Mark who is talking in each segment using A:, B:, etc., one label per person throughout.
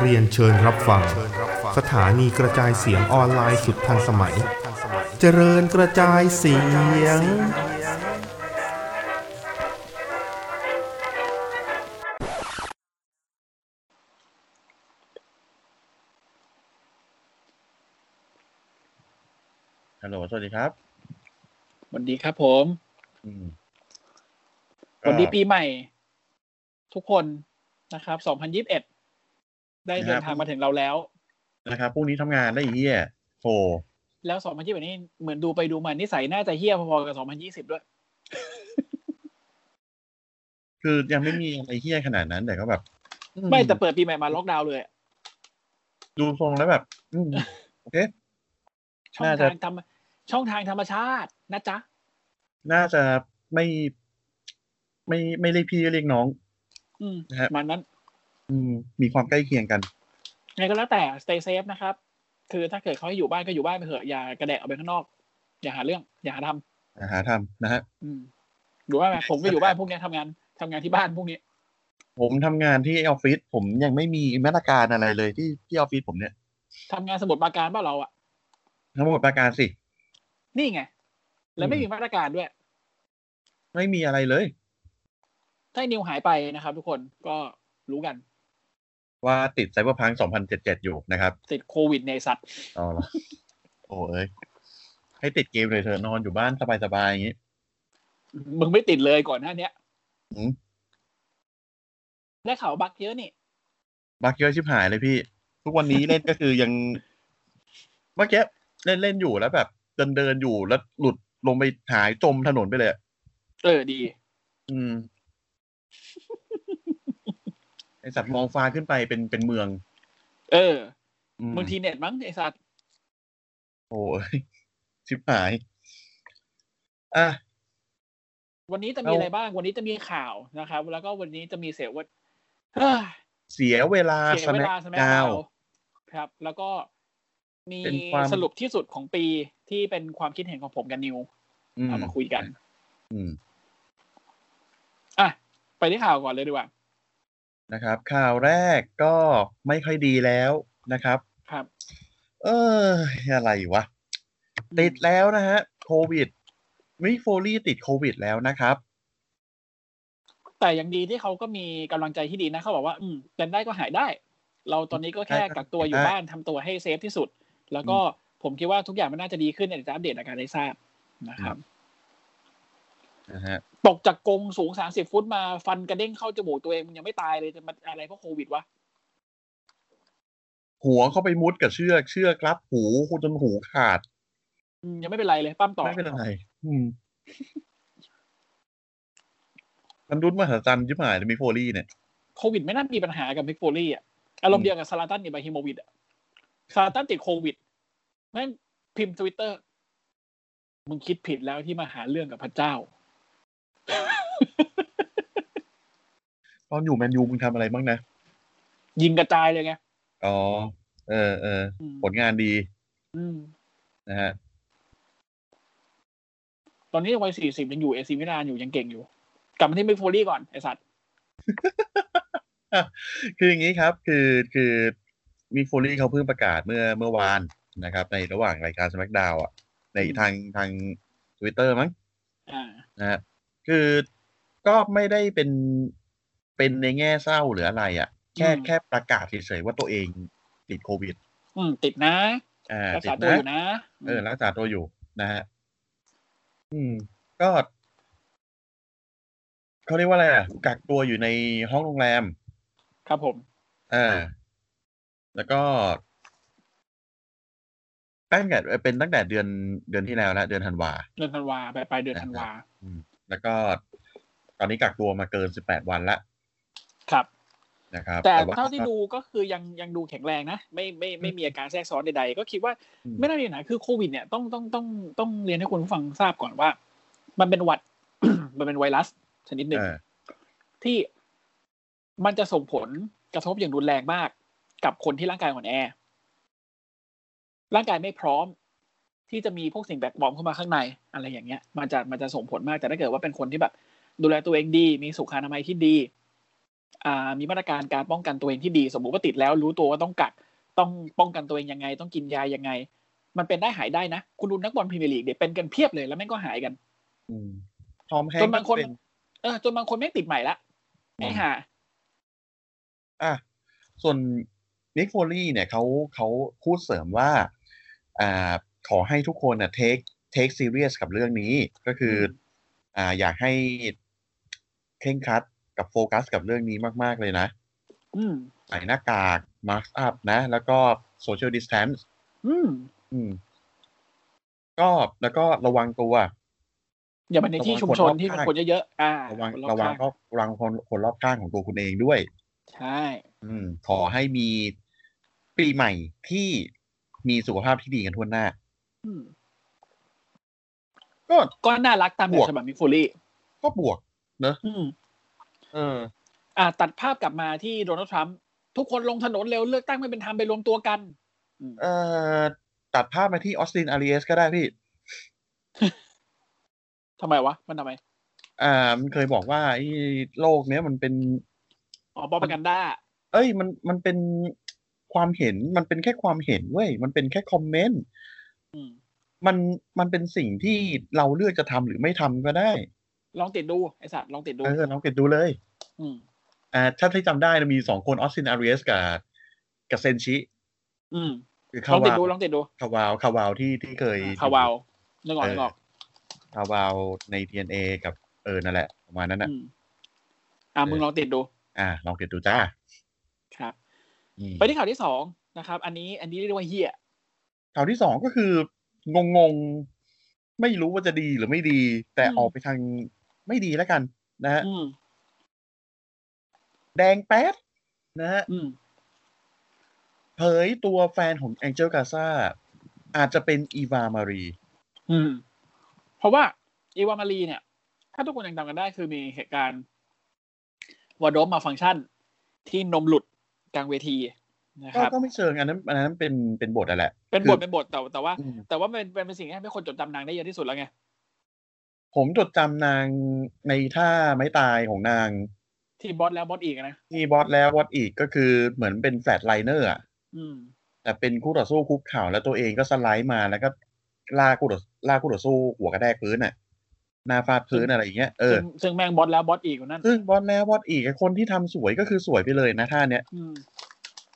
A: เรียนเชิญรับฟัง สถานีกระจายเสียงออนไลน์สุดทันสมัย เจริญกระจายเสียง
B: ฮัลโหล สวัสดีครับ
C: สวัสดีครับผม
B: อืม
C: สวัสดี
B: ก็
C: ปีใหม่ ทุกคนนะครับ 2021 ได้เดิ
B: นะค
C: น
B: รับ
C: ทางมาถึงเราแล้ว
B: นะครับพรุ่งนี้ทำงานได้อีกเหี้ยโฟ
C: แล้ว 2021 นี้เหมือนดูไปดูมานิสัยน่าจะเฮี้ยพอๆกับ 2020 ด้วย
B: คือยังไม่มีอะไรเหี้ยขนาดนั้น แต่ก็แบบอื
C: ไม่แต่เปิดปีใหม่มาล็อกดาวน์เลยอะ
B: ดูทรงแล้วแบบ อืมโอเค
C: ช่อง
B: น่าจะ
C: ทางธรรมช่องทางธรรมชาตินะจ๊ะ
B: น่าจะไม่ไม่ไม่เรียกพี่ก็เรียกน้อง
C: อืม
B: นะฮะ
C: มันนั้น
B: อืม มีความใกล้เคียงกัน
C: ไงก็แล้วแต่ stay safe นะครับ คือถ้าเกิดเขาให้อยู่บ้านก็อยู่บ้านไปเถอะอย่ากระแดะออกไปข้างนอก อย่าหาเรื่อง อย่าหาท
B: อ่าหาทำนะฮะ
C: ำอืมดูว่าไหมผมก็อยู่บ้านพวกเนี้ยทำงานทำงานที่บ้านพวกนี้
B: ผมทำงานที่ออฟฟิศผมยังไม่มีมาตรการอะไรเลยที่ที่ออฟฟิศผมเนี่ย
C: ทำงานสมุดปราการบ้านเราอะ
B: ทั้งหมดประการสิ
C: นี่ไง แล้วไม่
B: อืม
C: มีมาตรการด้วย
B: ไม่มีอะไรเลย
C: ถ้านิวหายไปนะครับ ทุกคนก็รู้กัน
B: ว่าติดไซเบอร์พัง2077 อยู่นะครับ
C: ติดโควิดในสัตว์
B: เอาละโอ้เอ้ยให้ติดเกมเลยเถอะนอนอยู่บ้านสบายๆอย่างนี้
C: มึงไม่ติดเลยก่อนหน้าเนี้ย
B: อืม
C: ได้ข่าวบักเยอะนี่
B: บักเยอะชิบหายเลยพี่ ทุกวันนี้เล่นก็คือยังเมื่อกี้เล่นเล่นอยู่แล้วแบบ เดินเดินอยู่แล้วหลุดลงไปหายจมถนนไปเลยอะ
C: เออดี
B: อืมไอสัตว์มองฟ้าขึ้นไปเป็นเป็นเมือง
C: เออ
B: อืม
C: บางทีเน็ตมั้งไอสัตว์
B: โอ้ยชิบหาย อ่ะ
C: วันนี้จะ
B: เอามี
C: มีอะไรบ้าง วันนี้จะมีข่าวนะครับ แล้วก็วันนี้จะมีเสียวัดเฮ้ย
B: เสียเวลา
C: เสีย
B: ส
C: เว
B: แน็ค
C: ลาสมัย
B: ดา
C: เรา
B: ว
C: ครับ แล้วก็มี
B: เป็นความ
C: สรุปที่สุดของปีที่เป็นความคิดเห็นของผมกับนิว
B: อืม
C: เอามาคุยกัน
B: อืม
C: อ่ะไปที่ข่าวก่อนเลยดีกว่า
B: นะครับ ข่าวแรกก็ไม่ค่อยดีแล้วนะครับ
C: ครับ
B: เอออะไรวะ ติดแล้วนะฮะ โควิดมิโฟลี่ติดโควิดแล้วนะครับ
C: แต่ยังดีที่เขาก็มีกำลังใจที่ดีนะเขาบอกว่า อืมเป็นได้ก็หายได้ เราตอนนี้ก็แค่
B: ใช่ครับ
C: กักตัวอยู่
B: ใช่
C: บ้านทำตัวให้เซฟที่สุด แล้วก็ผมคิดว่าทุกอย่างมันน่าจะดีขึ้นเนี่ยเดี๋ยวจะอัปเดตอาการให้ทราบนะครับ
B: นะฮะ
C: ตกจากกรงสูงสามสิบฟุตมาฟันกระเด้งเข้าจมูกตัวเองมันยังไม่ตายเลยจะมันอะไรเพราะโควิดวะ
B: หัวเข้าไปมุดกับเชือกเชือกรัดหูคุณจนหูขาด
C: อืมยังไม่เป็นไรเลยปั้มต่อ
B: ไม่เป็นไรอืมมันรุนมหัศจรรย์ยิ่หายเลยมิโฟลี่เนี่ย
C: โควิดไม่น่ามีปัญหากับพิกโฟลี่อ่ะอารม
B: อืม
C: ณ์เดียวกับซาลาตันอิบราฮิโมวิดอะซาลาตันติดโควิดแม่งพิมพ์ทวิตเตอร์มึงคิดผิดแล้วที่มาหาเรื่องกับพระเจ้า
B: ตอนอยู่แมนยูมึงทำอะไรบ้างนะ
C: ยิงกระจายเลยไง
B: อ๋อ เออเออ
C: อืม
B: ผลงานดี
C: อืม
B: นะฮะ
C: ตอนนี้วัยสี่สิบยังอยู่เอซิมิลานอยู่ยังเก่งอยู่ กลับมาที่มิกโฟลี่ก่อน ไอสัตว์
B: คืออย่างนี้ครับ คือคือมิกโฟลี่เขาเพิ่งประกาศเมื่อเมื่อวานนะครับ ในระหว่างรายการ SmackDown อ่ะ ใน
C: อืม
B: ทางทางทวิตเตอร์มั้ง
C: อ่า
B: นะฮะคือก็ไม่ได้เป็นเป็นในแง่เศร้าหรืออะไรอะ่ะ แค่
C: อืม
B: แค่ประกาศเฉยๆว่าตัวเองติดโควิด
C: อืม ติดนะ
B: อ่า
C: รัก
B: ติ
C: ษา
B: ด
C: ตัวอยู่
B: นะ
C: นะ
B: เออรักษาตัวอยู่นะฮะอืม ก็เขาเรียกว่าอะไรอ่ะกักตัวอยู่ในห้องโรงแรม
C: ครับผม
B: อ่า แล้วก็ตั้งแต่เป็นตั้งแต่เดือนเดือนที่แล้วละเดือนธันวา
C: เดือนธันวาไปไปลายเดือนธันวา
B: อืม แล้วก็ตอนนี้กักตัวมาเกินสิบแปดวันละ
C: ครับ
B: นะครับ
C: แต่
B: ว่
C: เท่าที่ดูก็คือยังยังดูแข็งแรงนะ ไม่ไม่ไม่มีอาการแทรกซ้อนใดๆ ก็คิดว่า
B: อืม
C: ไม่น่ามีปัญหาคือโควิดเนี่ยต้องต้องต้องต้องเรียนให้คุณผู้ฟังทราบก่อนว่า มันเป็นหวัด มันเป็นไวรัส ชนิดหนึ่ง
B: เออ
C: ที่มันจะส่งผลกระทบอย่างรุนแรงมาก กับคนที่ร่างกายอ่อนแอ ร่างกายไม่พร้อม ที่จะมีพวกสิ่งแปลกปลอมเข้ามาข้างใน อะไรอย่างเงี้ย มันจะมันจะส่งผลมากแต่ถ้าเกิดว่าเป็นคนที่แบบ ดูแลตัวเองดี มีสุขอนามัยที่ดี อ่า มีมาตรการการป้องกันตัวเองที่ดี สมมุติว่าติดแล้ว รู้ตัวว่าต้องกักต้องป้องกันตัวเองยังไง ต้องกินยายังไง มันเป็นได้หายได้นะ คุณดูนักบอลพรีเมียร์ลีกเด็กเป็นกันเพียบเลยแล้วแม่งก็หายกัน
B: อืมทอมแฮง
C: จ
B: ค์
C: นบางคน
B: เป็
C: เออจนบางคนแม่งติดใหม่ละไอ้ห่า
B: อ่ะส่วนนิกโฟลี่เนี่ยเขาเขาพูดเสริมว่าอ่าขอให้ทุกคนเน่ะเทคเทคซีเรียสกับเรื่องนี้ก็คืออ่าอยากให้เคร่งครัดกับโฟกัสกับเรื่องนี้มาก ๆ เลยนะ
C: อืม
B: ใส่หน้ากากมาร์กอัพนะ แล้วก็โซเชียลดิสแทนซ์
C: อืม
B: อืม ก็แล้วก็ระวังตัว
C: อย่าไปในที่
B: ระวัง
C: ชุม
B: คน
C: ชน
B: รอบ
C: ที่
B: ข้าง
C: คนเยอะๆอ่า
B: ระวัง
C: คน
B: ระวัง
C: ข้า
B: ก็ระวังคนคนรอบข้างของตัวคุณเองด้วย
C: ใช่
B: อืม ขอให้มีปีใหม่ที่มีสุขภาพที่ดีกันทั่วหน้า
C: อืม
B: ก็
C: ก็น่ารักตามแบบ
B: วก
C: บฉบับมิกฟูรี่
B: ก็บวก
C: อืม
B: เออ
C: อ่า ตัดภาพกลับมาที่โดนัลด์ทรัมป์ทุกคนลงถนนเร็วเลือกตั้งไม่เป็นธรรมไปรวมตัวกัน อืม
B: เออตัดภาพมาที่ออสตินอารีเอสก็ได้พี่
C: ทำไมวะ มันทำไม
B: อ่า มันเคยบอกว่าไอ้โลกเนี้ยมันเป็น
C: อ๋อปอปกันด้า
B: เอ้ย มัน มันเป็นความเห็น มันเป็นแค่ความเห็นเว้ย มันเป็นแค่คอมเมนต์
C: อืม
B: มัน มันเป็นสิ่งที่เราเลือกจะทำหรือไม่ทำก็ได้
C: ลองติดดู ไอสัตว์ลองติดดู
B: เออลองเก็บดูเลย
C: อืม
B: อ่า ถ้าที่จำได้นะมีสองคนออสตินอารีเอสกับ กับเซนชิ
C: อืม
B: คือ
C: ล
B: คา
C: องติด
B: วาว
C: ดูลองติดดู
B: คาวาวคาวาวที่ที่เคย
C: คาวาวนึกออกนึกออก
B: คาวาวใน DNA กับเออ นั่นแหละประมาณนั้นนะ
C: อืมอ่ามึงลองติดดู
B: อ่า ลองเก็บดูจ้า
C: ครับ
B: อืม
C: ไปที่ข่าวที่สองนะครับ อันนี้อันนี้เรียกว่าเฮีย
B: ข่าวที่สองก็คืองงงๆ ไม่รู้ว่าจะดีหรือไม่ดี แต่ออกไปทางไม่ดีแล้วกันนะฮะ
C: อืม
B: แดงแป๊ดนะฮะ
C: อืม
B: เผยตัวแฟนของแองเจลกาซาอาจจะเป็นอีวามารี
C: อืม เพราะว่าอีวามารีเนี่ย ถ้าทุกคนยังจำกันได้คือมีเหตุการณ์วอร์ดมาฟังก์ชัน ที่นมหลุดกลางเวทีนะค
B: ก็
C: รับ
B: ก็ไม่เชิงอันนั้นอันนั้นเป็นเป็นบทอะไรแหละ
C: เป็น
B: คื
C: บ
B: อ
C: ทเป็นบทแต่แต่ว่า
B: อืม
C: แต่ว่ามันเป็นเป็นสิ่งที่ทำให้คนจดจำนางได้เยอะที่สุดแล้วไง
B: ผมจดจำนางในท่าไม้ตายของนาง
C: ที่บอสแล้วบอสอีกนะ
B: ที่บอสแล้ววัดอีกก็คือเหมือนเป็นแฟลตไลเนอร์อะ
C: อืม
B: แต่เป็นคู่ต่อสู้คุกเข่าแล้วตัวเองก็สไลด์มาแล้วก็ลากคู่ต่อลากคู่ต่อสู้หัวกระแทกพื้นน่ะหน้าฟาดพื้นอะไรอย่างเงี้ยเออ
C: ซึ่งซึ่งแม่งบอสแล้วบอสอีกอยู่นั่น
B: ซึ่งบอลแล้วบอลอีกไอ้คนที่ทำสวยก็คือสวยไปเลยนะท่าเนี้ย
C: อืม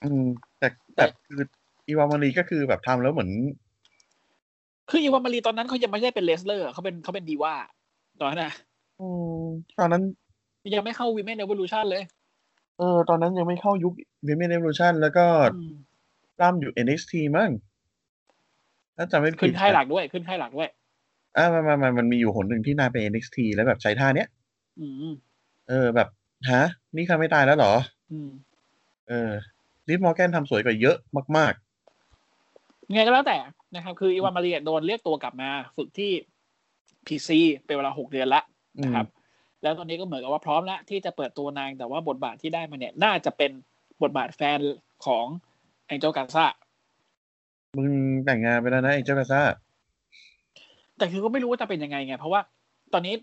B: อืม แต่แต่คืออีวามารีก็คือแบบทำแล้วเหมือน
C: คืออีวามารีตอนนั้นเขายังไม่ได้เป็นเลสเลอร์เขาเป็นเขาเป็นดีว่าตอนนั้นนะ
B: อืมตอนนั้น
C: ยังไม่เข้าวีแมนเอเวอร์ลูชันเลย
B: เออ ตอนนั้นยังไม่เข้ายุควิมเมนเอเวอร์ชันแล้วก็
C: อืม
B: ร่ำอยู่ NXT มั้งถ้าจำไม่ผิ
C: ขึ้
B: ด
C: นค่ายหลักด้วยขึ้นค่ายหลักด้วย
B: อ่ามันมันมันมันมีอยู่หนหนึ่งที่นายไป NXT แล้วแบบใช้ท่าเนี้ย
C: อืม
B: เออแบบฮะนี่ค่าไม่ตายแล้วเหรอ
C: อืม
B: เออลิฟมอร์แกนทำสวยกว่าเยอะมาก
C: ยังไงก็แล้วแต่นะครับ คืออีวานมาเรียโดนเรียกตัวกลับมา ฝึกที่พีซีเป็นเวลาหกเดือนละ
B: ๆ อื
C: นะ
B: ม
C: ครับ แล้วตอนนี้ก็เหมือนกับว่าพร้อมแล้วที่จะเปิดตัวนางแต่ว่าบทบาทที่ได้มาเนี่ย น่าจะเป็นบทบาทแฟนของแองเจลกาซา
B: มึงแต่งงานไปแล้วนะไอ้เจ้ากาซ่า
C: แต่คือก็ไม่รู้ว่าจะเป็นยังไงไง เพราะว่าตอนนี้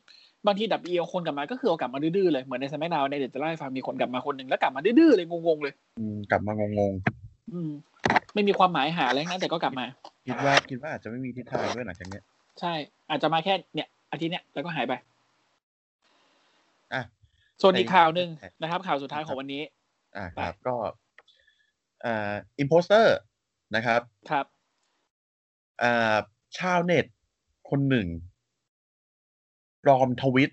C: บางทีดับเอคนกลับมาก็คือเอากลับมาดื้อๆเลย เหมือนในสมัยนาวในเดดจะไล่าให้ฟังมีคนกลับมาคนหนึ่งแล้วกลับมาดื้อๆเลยงงๆเลย
B: อืมกลับมางง
C: อืม ไม่มีความหมายหาอะไรทั้งนั้นแต่ก็กลับมา
B: ๆ คิดว่าคิดว่าอาจจะไม่มีทิศทางด้วยหลังจากเนี้ย
C: ใช่ อาจจะมาแค่เนี่ยอาทิตย์เนี้ยแล้วก็หายไป
B: อ่ะ
C: ส่วนอีกข่าวหนึ่ง
B: ครับ
C: นะครับ ข่าวสุดท้ายของวันนี้
B: อ่ะครับก็อ่าอิมโพสเตอร์นะครับ
C: ครับ
B: อ่าชาวเน็ตคนหนึ่งปลอมทวิต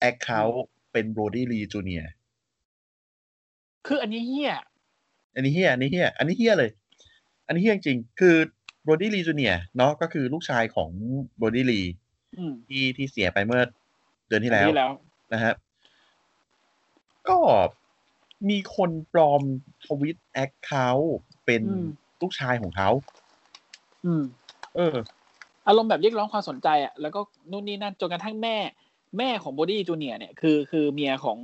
B: แอคเคาท์เป็นโบรดี้ลีจูเนีย
C: คืออันนี้เฮีย
B: อันนี้เฮียอันนี้เฮียอันนี้เฮียเลย อันนี้เฮียจริงๆคือโบรดี้ลีจูเนียเนาะก็คือลูกชายของโบรดี้ลี
C: อืม
B: ที่ที่เสียไปเมื่อเดือนที่แล้ว
C: อันนี้แล้ว
B: นะฮะก็มีคนปลอมทวิตแอคเคาเป็น
C: อืม
B: ลูกชายของเขา
C: อืม
B: เออ
C: อารมณ์แบบเรียกร้องความสนใจอ่ะ แล้วก็นู่นนี่นั่นจนกระทั่งแม่ แม่ของบอดี้จูเนียร์เนี่ย คือคือเมียของ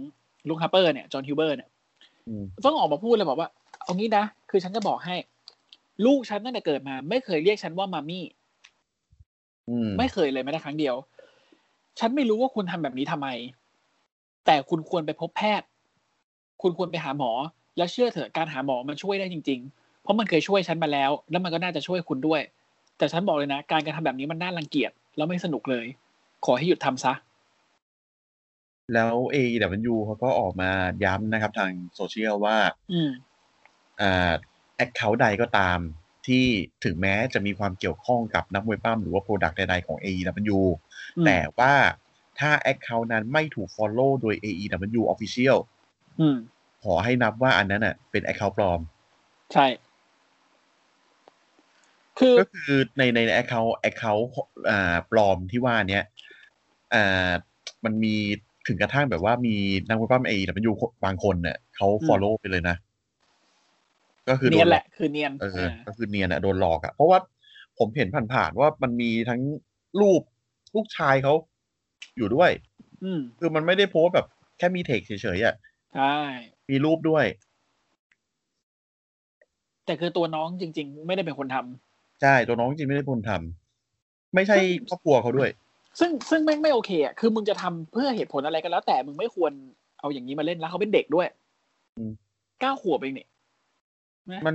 C: ลุงฮัปเปอร์เนี่ย จอห์นฮิวเบอร์เนี่ย
B: อืม
C: ต้องออกมาพูดเลยบอกว่า เอางี้นะ คือฉันจะบอกให้ ลูกฉันตั้งแต่เกิดมา ไม่เคยเรียกฉันว่ามามี่
B: อืม
C: ไม่เคยเลยแม้แต่ครั้งเดียว ฉันไม่รู้ว่าคุณทำแบบนี้ทำไม แต่คุณควรไปพบแพทย์ คุณควรไปหาหมอ แล้วเชื่อเถอะการหาหมอมันช่วยได้จริง ๆ เพราะมันเคยช่วยฉันมาแล้ว แล้วมันก็น่าจะช่วยคุณด้วย แต่ฉันบอกเลยนะ การกระทำแบบนี้มันน่ารังเกียจแล้วไม่สนุกเลย ขอให้หยุดทำซะ
B: แล้ว AEW เขาก็ออกมาย้ำนะครับทางโซเชียลว่า
C: อืม
B: แอคเคาท์ใดก็ตาม ที่ถึงแม้จะมีความเกี่ยวข้องกับนักมวยปล้ำหรือว่าโปรดักต์ใดๆของ AEW แต่ว่าถ้าแอคเคาท์นั้นไม่ถูก Follow โดย AEW Official
C: อืม
B: ขอให้นับว่าอันนั้นน่ะเป็นแอคเคาท์ปลอม
C: ใช่ คือ
B: ก็คือในในแอคเคาท์แอคเคาท์อ่าปลอมที่ว่าเนี้ยอ่ามันมีถึงกระทั่งแบบว่ามีนักมวยปล้ำ AEW บางคนเนี่ยเขา Follow ไปเลยนะ ก็คือโด
C: เนียน
B: น
C: แหละ คือเนียน
B: เออ
C: อ่า
B: ก็คือเนียนอะโดนหลอกอะเพราะว่าผมเห็นผ่านๆว่ามันมีทั้งรูปลูกชายเขาอยู่ด้วย
C: อืม
B: คือมันไม่ได้โพสต์แบบแค่มีเทคเฉยๆอะ
C: ใช่
B: มีรูปด้วย
C: แต่คือตัวน้องจริง ๆ ไม่ได้เป็นคนทำ
B: ใช่ ตัวน้องจริงไม่ได้คนทำไม่ใช่ครอบครัวเขาด้วย
C: ซึ่งซึ่งแม่งไม่โอเคอ่ะ คือมึงจะทำเพื่อเหตุผลอะไรก็แล้ว แต่มึงไม่ควรเอาอย่างนี้มาเล่นแล้วเขาเป็นเด็กด้วย
B: อืม
C: เก้าขวบเองเนี่ย
B: มัน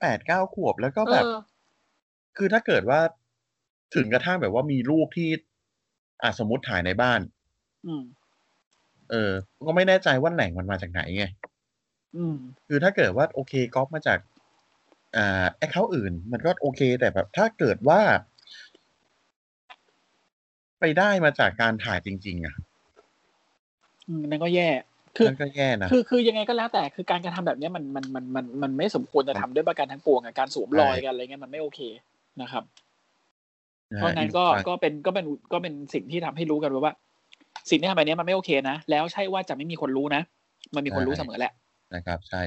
B: แปดเก้าขวบแล้วก็
C: เอ
B: แบบ
C: อ
B: คือถ้าเกิดว่าถึงกระทั่งแบบว่ามีรูปที่อ่ะสมมติถ่ายในบ้าน
C: อืม
B: เออ ก็ไม่แน่ใจว่าแหล่งมันมาจากไหนไง
C: อืม
B: คือถ้าเกิดว่าโอเคก๊อปมาจากอ่าแอคเคาท์อื่น มันก็โอเค แต่แบบถ้าเกิดว่า ไปได้มาจากการถ่ายจริง ๆ อ่ะ
C: อืมนั่นก็แย่ คือ
B: นั่นก็แย่นะ
C: คือคือยังไงก็แล้วแต่คือการกระทำแบบเนี้ยมันมันมันมันมันไม่สมควรจะทำด้วยประการทั้งปวงอะการสวมรอยกันอะไรเงี้ยมันไม่โอเคนะครับ
B: นะฮะ
C: เพราะฉะนั้นก็
B: อี
C: ก็เป็นก็เป็นก็เป็นสิ่งที่ทำให้รู้กันไว้ว่า สิ่งที่ทำแบบเนี้ยมันไม่โอเคนะ แล้วใช่ว่าจะไม่มีคนรู้นะ มันมีคนรู้เสมอแหละ
B: นะครับ ใช่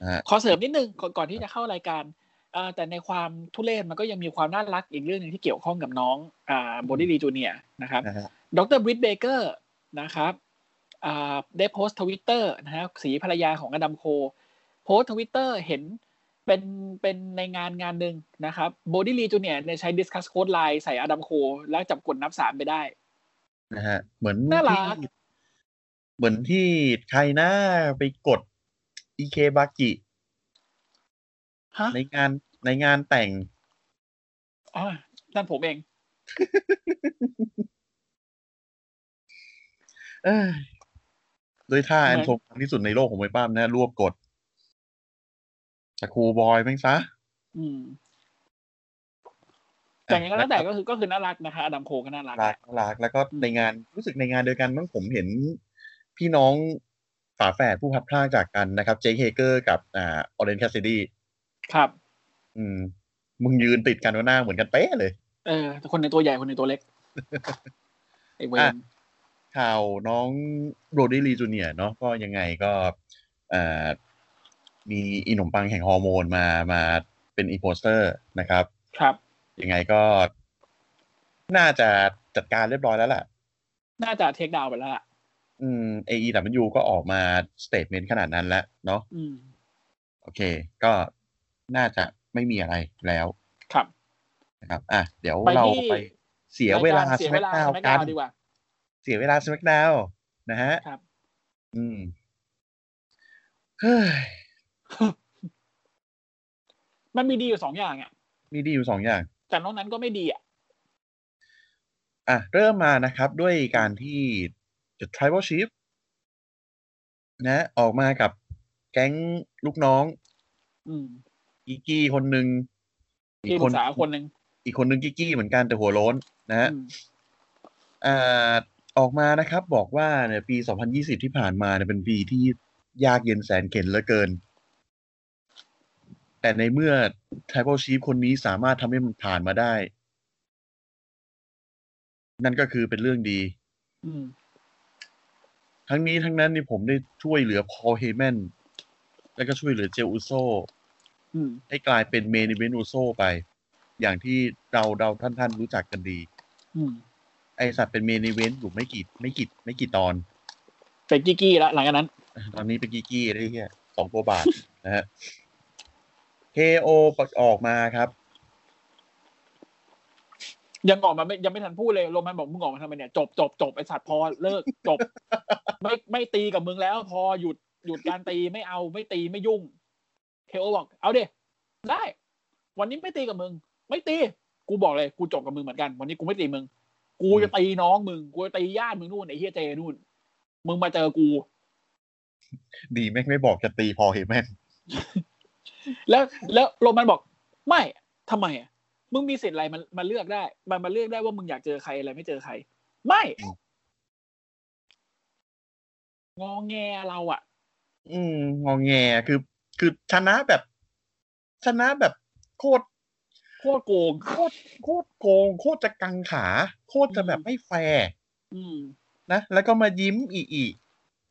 B: นะฮะ
C: ขอเสริมนิดนึงก่อนก่อนที่จะเข้ารายการเอ่อแต่ในความทุเรศมันก็ยังมีความน่ารักอีกเรื่องหนึ่งที่เกี่ยวข้องกับน้องบอดี้ดีจูเนียนะครับ
B: นะฮะ
C: ดรบริตเบเกอร์นะครับอ่าได้โพสต์ทวิตเตอร์นะฮะสีภรรยาของอดัมโค โพสต์ทวิตเตอร์เห็นเป็นเป็นในงานงานหนึ่งนะครับบอดี้ลีจูเนียเนี่ยใช้ Discuss Code Line ใส่อดัมโค แล้วจับกดนับสามไปได้
B: นะฮะ เหมือน
C: น่ารัก
B: ที่เหมือนที่ใครนะไปกดอีเคบากิ
C: ฮะ
B: ในงานในงานแต่ง
C: อ่านั่นผมเอง
B: เอ้ยด้วยท่า
C: ทำไม
B: อันทรงพลังที่สุดในโลกของมวยปล้ามนะรวบกดตะครูบอยแม่งซะ
C: อืม แต่ยังไงก็แล้วแต่ก็คือก็คือน่ารักนะคะอดัมโคก็น่ารัก
B: รักรักแล้วก็
C: อืม
B: ในงานรู้สึกในงานเดียวกันมั้งผมเห็นพี่น้องฝาแฝดผู้พลัดพรากจากกันนะครับ เจคเฮเกอร์กับอ่าออเรนแคสซิดี้
C: ครับ
B: อืม มึงยืนติดกันว่าหน้าเหมือนกันเป๊ะเลย
C: เออแต่คนในตัวใหญ่คนในตัวเล็ก ไอเว
B: อ่ะ
C: น
B: ข่าวน้องโรดี้ลีจูเนียเนาะก็ยังไงก็อ่ามีอีหนมปังแห่งฮอร์โมนมามาเป็นอีโพสเตอร์นะครับ
C: ครับ
B: ยังไงก็น่าจะจัดการเรียบร้อยแล้วแหละ
C: น่าจะเทคดาวน์ไปแล้วล่ะ
B: อืม AEW ก็ออกมาสเตทเมนต์ขนาดนั้นแล้วเนาะ
C: อืม
B: โอเค ก็น่าจะไม่มีอะไรแล้ว
C: ครับ
B: นะครับ อ่ะ เดี๋ยว
C: ไป
B: เรา
C: ที่
B: ไปเสียเวลาร
C: กรเสียเวลา
B: ส
C: แม็
B: แม็
C: ก
B: ก
C: ดา
B: ดาว ว
C: ดีกว่า
B: เสียเวลาสแมกดาวนะฮะ
C: ครับ
B: อืม เฮ้ย
C: มันมีดีอยู่สองอย่างอ่ะ
B: มีดีอยู่สองอย่าง
C: แต่นอกนั้นก็ไม่ดีอ่ะ
B: อ่ะ เริ่มมานะครับด้วยการที่ The Tribal Chief นะ ออกมากับแก๊งลูกน้อง
C: อืม
B: กิกกี้คนหนึ่งอี
C: ที่
B: ก
C: ป
B: ค
C: รึ
B: น
C: กษาคนหนึ่ง
B: อีกคนหนึ่งกิกกี้เหมือนกันแต่หัวโล้นนะฮะ
C: อืม
B: อ่าออกมานะครับ บอกว่าเนี่ยปี 2020 ที่ผ่านมาเนี่ยเป็นปีที่ยากเย็นแสนเข็ญเหลือเกิน แต่ในเมื่อ Tribal Chief คนนี้สามารถทำให้มันผ่านมาได้ นั่นก็คือเป็นเรื่องดี
C: อืม
B: ทั้งนี้ทั้งนั้นนี่ผมได้ช่วยเหลือพอเฮแมนแล้วก็ช่วยเหลือเจลอุโซ
C: อืม
B: ให้กลายเป็นเมนิเวนอุโซไป อย่างที่เราเราท่านท่านๆรู้จักกันดี
C: อืม
B: ไอสัตว์เป็นเมนิเวนอยู่ไม่กี่ไม่กี่ไม่กี่ตอน
C: เป็นกี้กี้ละหลังจากนั้น
B: ตอนนี้เป็นกี้กี้ได้เฮียสองตัวบาท นะฮะ KO ประกออกมาครับ
C: ยังออกมาไม่ยังไม่ทันพูดเลยโรมันบอกมึงออกมาทำไมเนี่ยจบจบจบไอสัตว์พอเลิกจบ ไม่ไม่ตีกับมึงแล้ว พอหยุดหยุดการตีไม่เอาไม่ตีไม่ยุ่งเทโอบอก เอาเดได้ วันนี้ไม่ตีกับมึง ไม่ตี กูบอกเลยกูจบกับมึงเหมือนกัน วันนี้กูไม่ตีมึง กูจะตีน้องมึงกูจะตีญาติมึงนู่นไอ้เฮียเจนู่น มึงมาเจอกู
B: ดีแม่งไม่บอกจะตีพอเห็นแม่ง
C: แล้วแล้วโรมันบอก ไม่ทำไมอ่ะมึงมีสิทธิ์อะไรมันมาเลือกได้ มันมาเลือกได้ว่ามึงอยากเจอใครอะไรไม่เจอใคร ไม่ งอแงเราอ่ะ
B: อืมงองแงคือ คือชนะแบบ ชนะแบบโคตร
C: โคตรโกง
B: โคตรโคตรโกง โคตรจะกังขา โคตรจะแบบไม่แฟร์
C: อืม
B: นะแล้วก็มายิ้มอีอี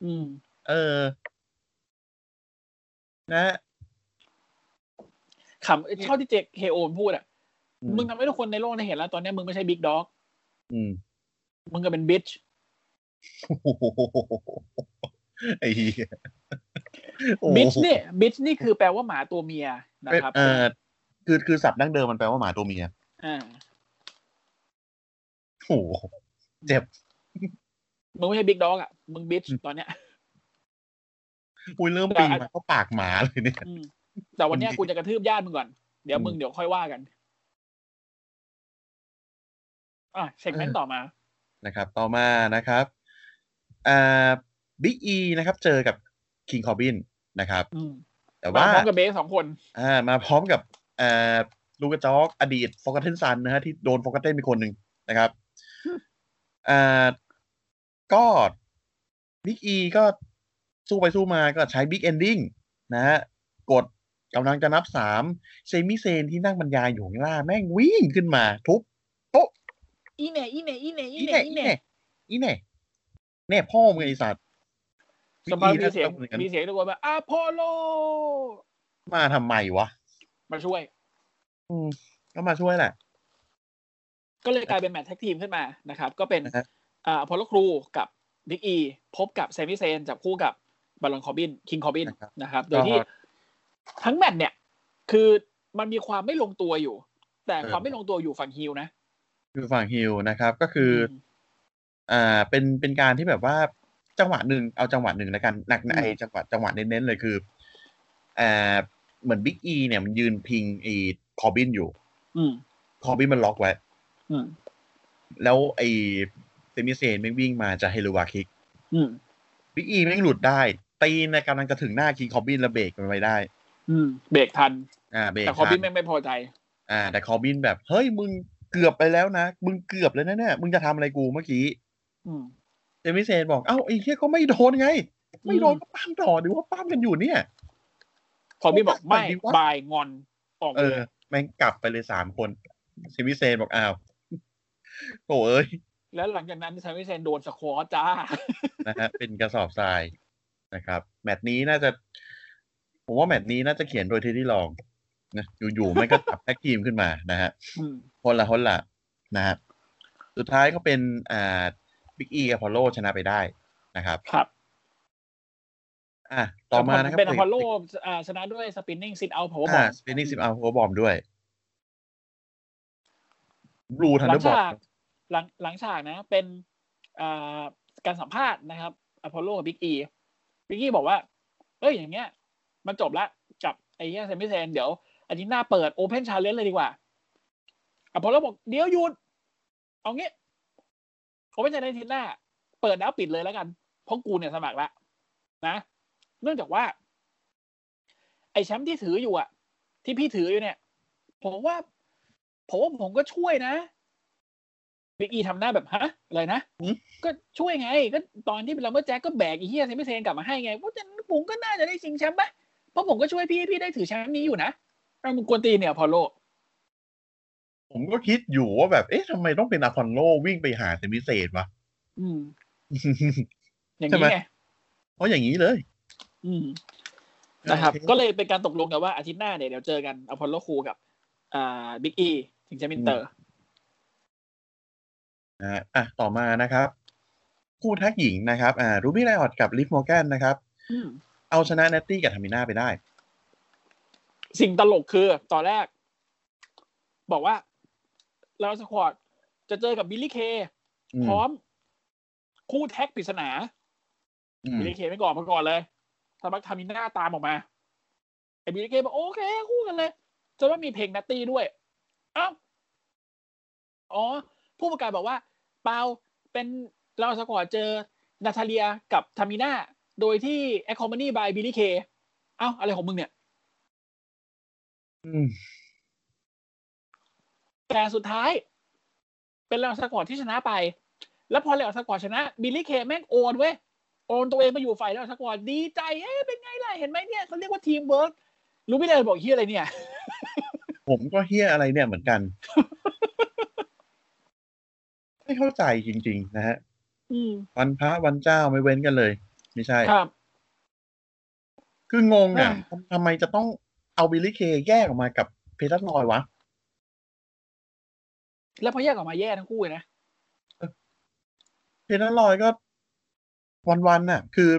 C: อืม
B: เออ นะ
C: ขำเท่าที่เจเคโอมพูดอ่ะ
B: อื
C: มึงทำให้ทุกคนในโลกได้เห็นแล้ว ตอนเนี้ยมึงไม่ใช่บิ๊กด็อก
B: อืม
C: มึงก็เป็นบิช
B: โอ้โหไอ้เหี้ ยโอ้โห
C: บิชเนี่ยบิชนี่คือแปลว่าหมาตัวเมียนะครับ
B: เออคือคือสับดั้งเดิมมันแปลว่าหมาตัวเมีย
C: อ่า
B: โอ้โหเจ็บ
C: มึงไม่ใช่บิ๊กด็อกอ่ะ มึงบิชตอนเนี้ย
B: อุ้ยเริ่มปีนมาเข้าปากหมาเลยเนี่ย
C: อืมแต่วันเนี้ยกูจะกระทืบญาติมึงก่อน เดี๋ยวมึง
B: อืม
C: เดี๋ยวค่อยว่ากัน อ่ะเซกเม
B: เอ
C: นต์
B: อ
C: ต่อมา
B: นะครับ ต่อมานะครับอ่าบิ๊กอีนะครับ เจอกับคิงคอบินนะครับ
C: อืม
B: แต่
C: มา
B: ว่า
C: พร้อมกับเบสสองคน
B: อ่ามาพร้อมกับอ่าลูกกระจอกอดีตฟอกเทนซันนะฮะที่โดนฟอกเทนเป็นคนหนึ่ง นะครับอ่าก็บิ๊กอีก็สู้ไปสู้มาก็ใช้บิ๊กเอนดิ้งนะฮะกดกำลังจะนับสามเซมิเซนที่นั่งบรรยายอยู่ข้างล่างแม่งวิ่งขึ้นมาทุบ
C: อีเน่อีเน่อีเน่อี
B: อี
C: เน่
B: เน่
C: อี
B: อีเน่อี
C: เน่
B: เน่แน่พ่อมึงไอสัตว์
C: สมัยมี
B: วิธี
C: เสียง
B: ทำอย่างนั้น
C: มีเสียงตะโกนว่าอพอลโล
B: มาทำไมวะ
C: มาช่วย
B: อืมก็มาช่วยแหละ
C: ก็เลยกลายเป็นแมตช์แท็กทีมขึ้นมานะครับ ก็เป็น
B: นะฮะ
C: อ่าพอลโลครูกับดิกอี พบกับเซมิเซนจับคู่กับบาลอนคอบินคิงคอบินนะครับ โดยที่ ทั้งแมตช์เนี่ย คือมันมีความไม่ลงตัวอยู่ แต่ความไม่ลงตัวอยู่ฝั่งฮิลนะ
B: คือฝั่งฮิลนะครับ ก็คือออ่าเป็นเป็นการที่แบบว่าจังหวะหนึ่งเอาจังหวะหนึ่งแล้วกันหนักใน
C: อืม
B: จังหวะจังหวะเน้นๆเลยคืออ่าเหมือนบิ๊กอีเนี่ยมันยืนพิงไอ้คอบินอยู่
C: อืม
B: คอบินมันล็อกไว้
C: อืม
B: แล้วไอ้เซมิเซนไม่งวิ่งมาจะเฮลูวาคิก
C: อืม
B: บิ๊กอีไม่งหลุดได้ ตีนะกำลังจะถึงหน้าคิงคอบบินระเบรกมันไว้ได้
C: อืม เบรกทัน
B: อ่าเบรก
C: แต่คอบิน
B: ทั
C: ไม่งไม่พอใจ
B: อ่า แต่คอบบินแบบ เฮ้ย มึงเกือบไปแล้วนะ มึงเกือบเลยนะเนี่ยมึงจะทำอะไรกูเมื่อกี้
C: อืม
B: เจมิเซนบอก เอ้าไอ้เหี้ยก็ไม่โดนไง ไม่โดนก็ปั้มต่อหรือว่าปั้มกันอยู่เนี่ย
C: คอบินบอกไม่
B: โอ้ยดีวะ
C: บายงอนออก
B: เอ
C: เล
B: อย แม่งกลับไปเลยสามคนเซมิเซนบอกอ้าว โถ่เอ้ย
C: แล้วหลังจากนั้นซามิเซนโดนสควอตจ้า
B: นะฮะเป็นกระสอบทรายนะครับ แมตช์นี้น่าจะ ผมว่าแมตช์นี้น่าจะเขียนโดยเทดดี้ลองนะอยู่ๆแม่งก็จับแท็ กทีมขึ้นมานะฮะ
C: อืม
B: ฮนละฮนละนะครับสุดท้ายก็เป็นอ่าบิ๊กอีกับพอลโลชนะไปได้นะครับ
C: ครับ
B: อ่ะต่อมานะครับ
C: เป็นอพอลโลอ่าชนะด้วยสปินนิ่งซิ t เอาพาวเวอร์บอ
B: อ่า
C: ล
B: สเปนนิ่งซิมเอาโคบอมด้วยบลูทัน
C: หลั
B: เดอง ร์บอล
C: ฉากหลังหลังฉากนะ เป็นอ่าการสัมภาษณ์นะครับอพอลโลกับบิ๊กอีบิ๊กอีบอกว่า เอ้ย อย่างเงี้ย มันจบละกับไอ้เหี้ยซามิเซนเดี๋ยวอาทิตย์หน้าเปิดโอเพนชาเลนจ์เลยดีกว่าอพอลโลบอกเดี๋ยวหยุด เอางี้โอเพนชาเลนจ์อาทิตย์หน้า เปิดแล้วปิดเลยแล้วกัน เพราะกูเนี่ยสมัครละนะ เนื่องจากว่า ไอ้แชมป์ที่ถืออยู่อะที่พี่ถืออยู่เนี่ย ผมว่า ผมว่าผมก็ช่วยนะบิ๊กอีทำหน้าแบบฮะอะไรนะก็ช่วยไง ก็ตอนที่เราเมื่อแจ็คก็แบกไอีเฮียเซมิเซนกลับมาให้ไงเพราะฉะนั้นผมก็น่าจะได้ชิงแชมป์ปะเพราะผมก็ช่วยพี่ให้พี่ได้ถือแชมป์นี้อยู่นะเอามึงกวนตีนเนี่ยพอโล
B: ผมก็คิดอยู่ว่าแบบ เอ๊ะทำไมต้องเป็นอะพอลโลวิ่งไปหาเซมิเซนวะ
C: อืม อย่างนี้
B: ใช่ไหม
C: ไง
B: เพราะอย่างนี้เลย
C: อืม นะครับ
B: โอเ
C: ก็เลยเป็นการตกลงกันว่าอาทิตย์หน้าเนี่ยเดี๋ยวเจอกันอพอลโลครูกับ อ่าบิ๊กอีถึงแชมป์อินเตอร์
B: นะฮะอ่ะต่อมานะครับ คู่แท็กหญิงนะครับ อ่ารูบี้ไลออดกับลิฟมอร์แกนนะครับ
C: อืม
B: เอาชนะแนตตี้กับทามิน่าไปได้
C: สิ่งตลกคือตอนแรก บอกว่า เราสควอต จะเจอกับบิลลี่เค
B: อืม
C: พร้อม คู่แท็กปริศนา
B: อืม
C: บิลลี่เคไม่ก่อนมาก่อนเลยสมัครทามิน่าตามออกมาไอ้บิลลี่เคบอกโอเค คู่กันเลยจะว่ามีเพลงนัตตี้ด้วย เอ้าอ๋อ ผู้ประกาศบอกว่า เปาเป็นเราสกอร์เจอนาทาเลียกับทามิน่าโดยที่แอคคอมมานีบายบิลลี่เคเอ้าอะไรของมึงเนี่ย
B: อืม
C: แต่สุดท้าย เป็นเลอสกอร์ที่ชนะไป แล้วพอเลอสกอร์ชนะ บิลลี่เคแม่งโอนเว้ยโอนตัวเองมาอยู่ฝ่ายเลอสกอร์ดีใจเอ๊ะเป็นไงล่ะ เห็นไหมเนี่ยเขาเรียกว่าทีมเวิร์กรู้ไม่ได้บอกเฮียอะไรเนี่ย
B: ผมก็เฮี้ยอะไรเนี่ยเหมือนกัน ไม่เข้าใจจริง ๆ นะฮะ
C: อืม
B: วันพระวันเจ้าไม่เว้นกันเลย ไม่ใช่
C: ครับ
B: คืองงอ่ะ
C: อ่า
B: ทำทำไมจะต้องเอาบิลลี่เคแยกออกมากับเพทัสลอยวะ
C: แล้วพอแยกออกมาแย่ทั้งคู่เลยนะ
B: เพทัสลอยก็วันวันๆน่ะ คือ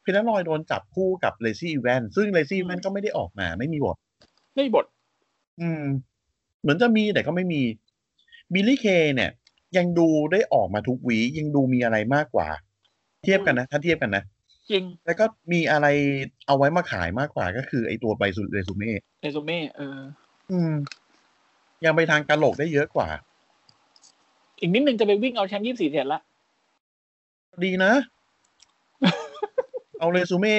B: เพทัสลอยโดนจับคู่กับเลซี่แวนซึ่งเลซี่
C: อืม
B: แวนก็ไม่ได้ออกมา ไม่มีบท
C: ไม่มีบท
B: อืม เหมือนจะมีแต่ก็ไม่มีบิลลี่เคเนี่ย ยังดูได้ออกมาทุกวีคยังดูมีอะไรมากกว่า เทียบกันนะ ถ้าเทียบกันนะ
C: จริง
B: แล้วก็มีอะไรเอาไว้มาขายมากกว่าก็คือไอตัวใบสุดเรซูเม่
C: เรซูเม่เออ
B: อืม ยังไปทางการหลกได้เยอะกว่า
C: อีกนิดนึงจะไปวิ่งเอาแชมป์ยี่สิบสี่เทียนละ
B: ดี นะ เอาเรซูเม่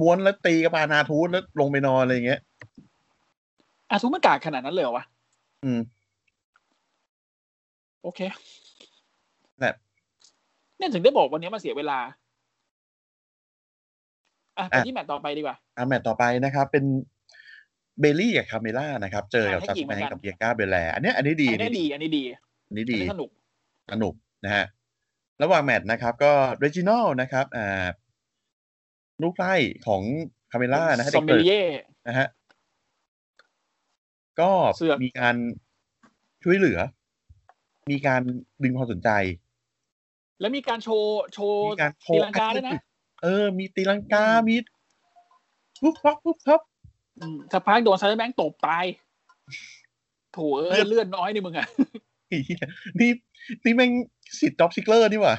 B: บ้วนแล้วตีกับปานาทูตแล้วลงไปนอนอะไรอย่างเงี้ย
C: อาซูมันกากขนาดนั้นเลยเหรอวะ
B: อืม
C: โอเค
B: แบบ
C: เนี่ยถึงได้บอกวันนี้มาเสียเวลา อ่ะไปที่แมตต์ต่อไปดีกว่า
B: อ่ะแมตตช์ต่อไปนะครับ เป็นเบลลี่กับคาเมล่านะครับ เจอกับ
C: ให้
B: ซัส
C: หญิงเหมื
B: แม
C: อน
B: น
C: กัน
B: กับเบียก้าเบลแลอันเนี้ยอันนี้ดี
C: อันนี้ดี อันนี้ดี
B: อันนี้
C: อัน
B: ดี
C: นี้สนุก
B: สนุกนะฮะ ระหว่างแมตช์นะครับ ก็เรจิน a ลนะครับ อ่า ลูกไล่ของคาเมล่านะฮะ
C: ซ
B: เด็
C: อม
B: ก
C: เบ
B: เกิด
C: ลีเย่
B: นะฮะ ก็
C: เสือก
B: มีการช่วยเหลือ มีการดึงความสนใจ
C: แล้วมีการโชว์ โชว์
B: มีการโช
C: ตี
B: ว์
C: ลังกาด้วยนะ
B: เออ มีตีลังกา มีปุ๊บปั๊บปุ๊บปั๊บ
C: อืมสักพักโดนซาร์แบงค์ตบตายโถเอ้ย
B: เลือด
C: เลื่อนน้อยนี่มึงอะ
B: ไอ้เหี้ยนี่นี่แม่งสิทธิ์ด็อบซิกเลอร์นี่หว่า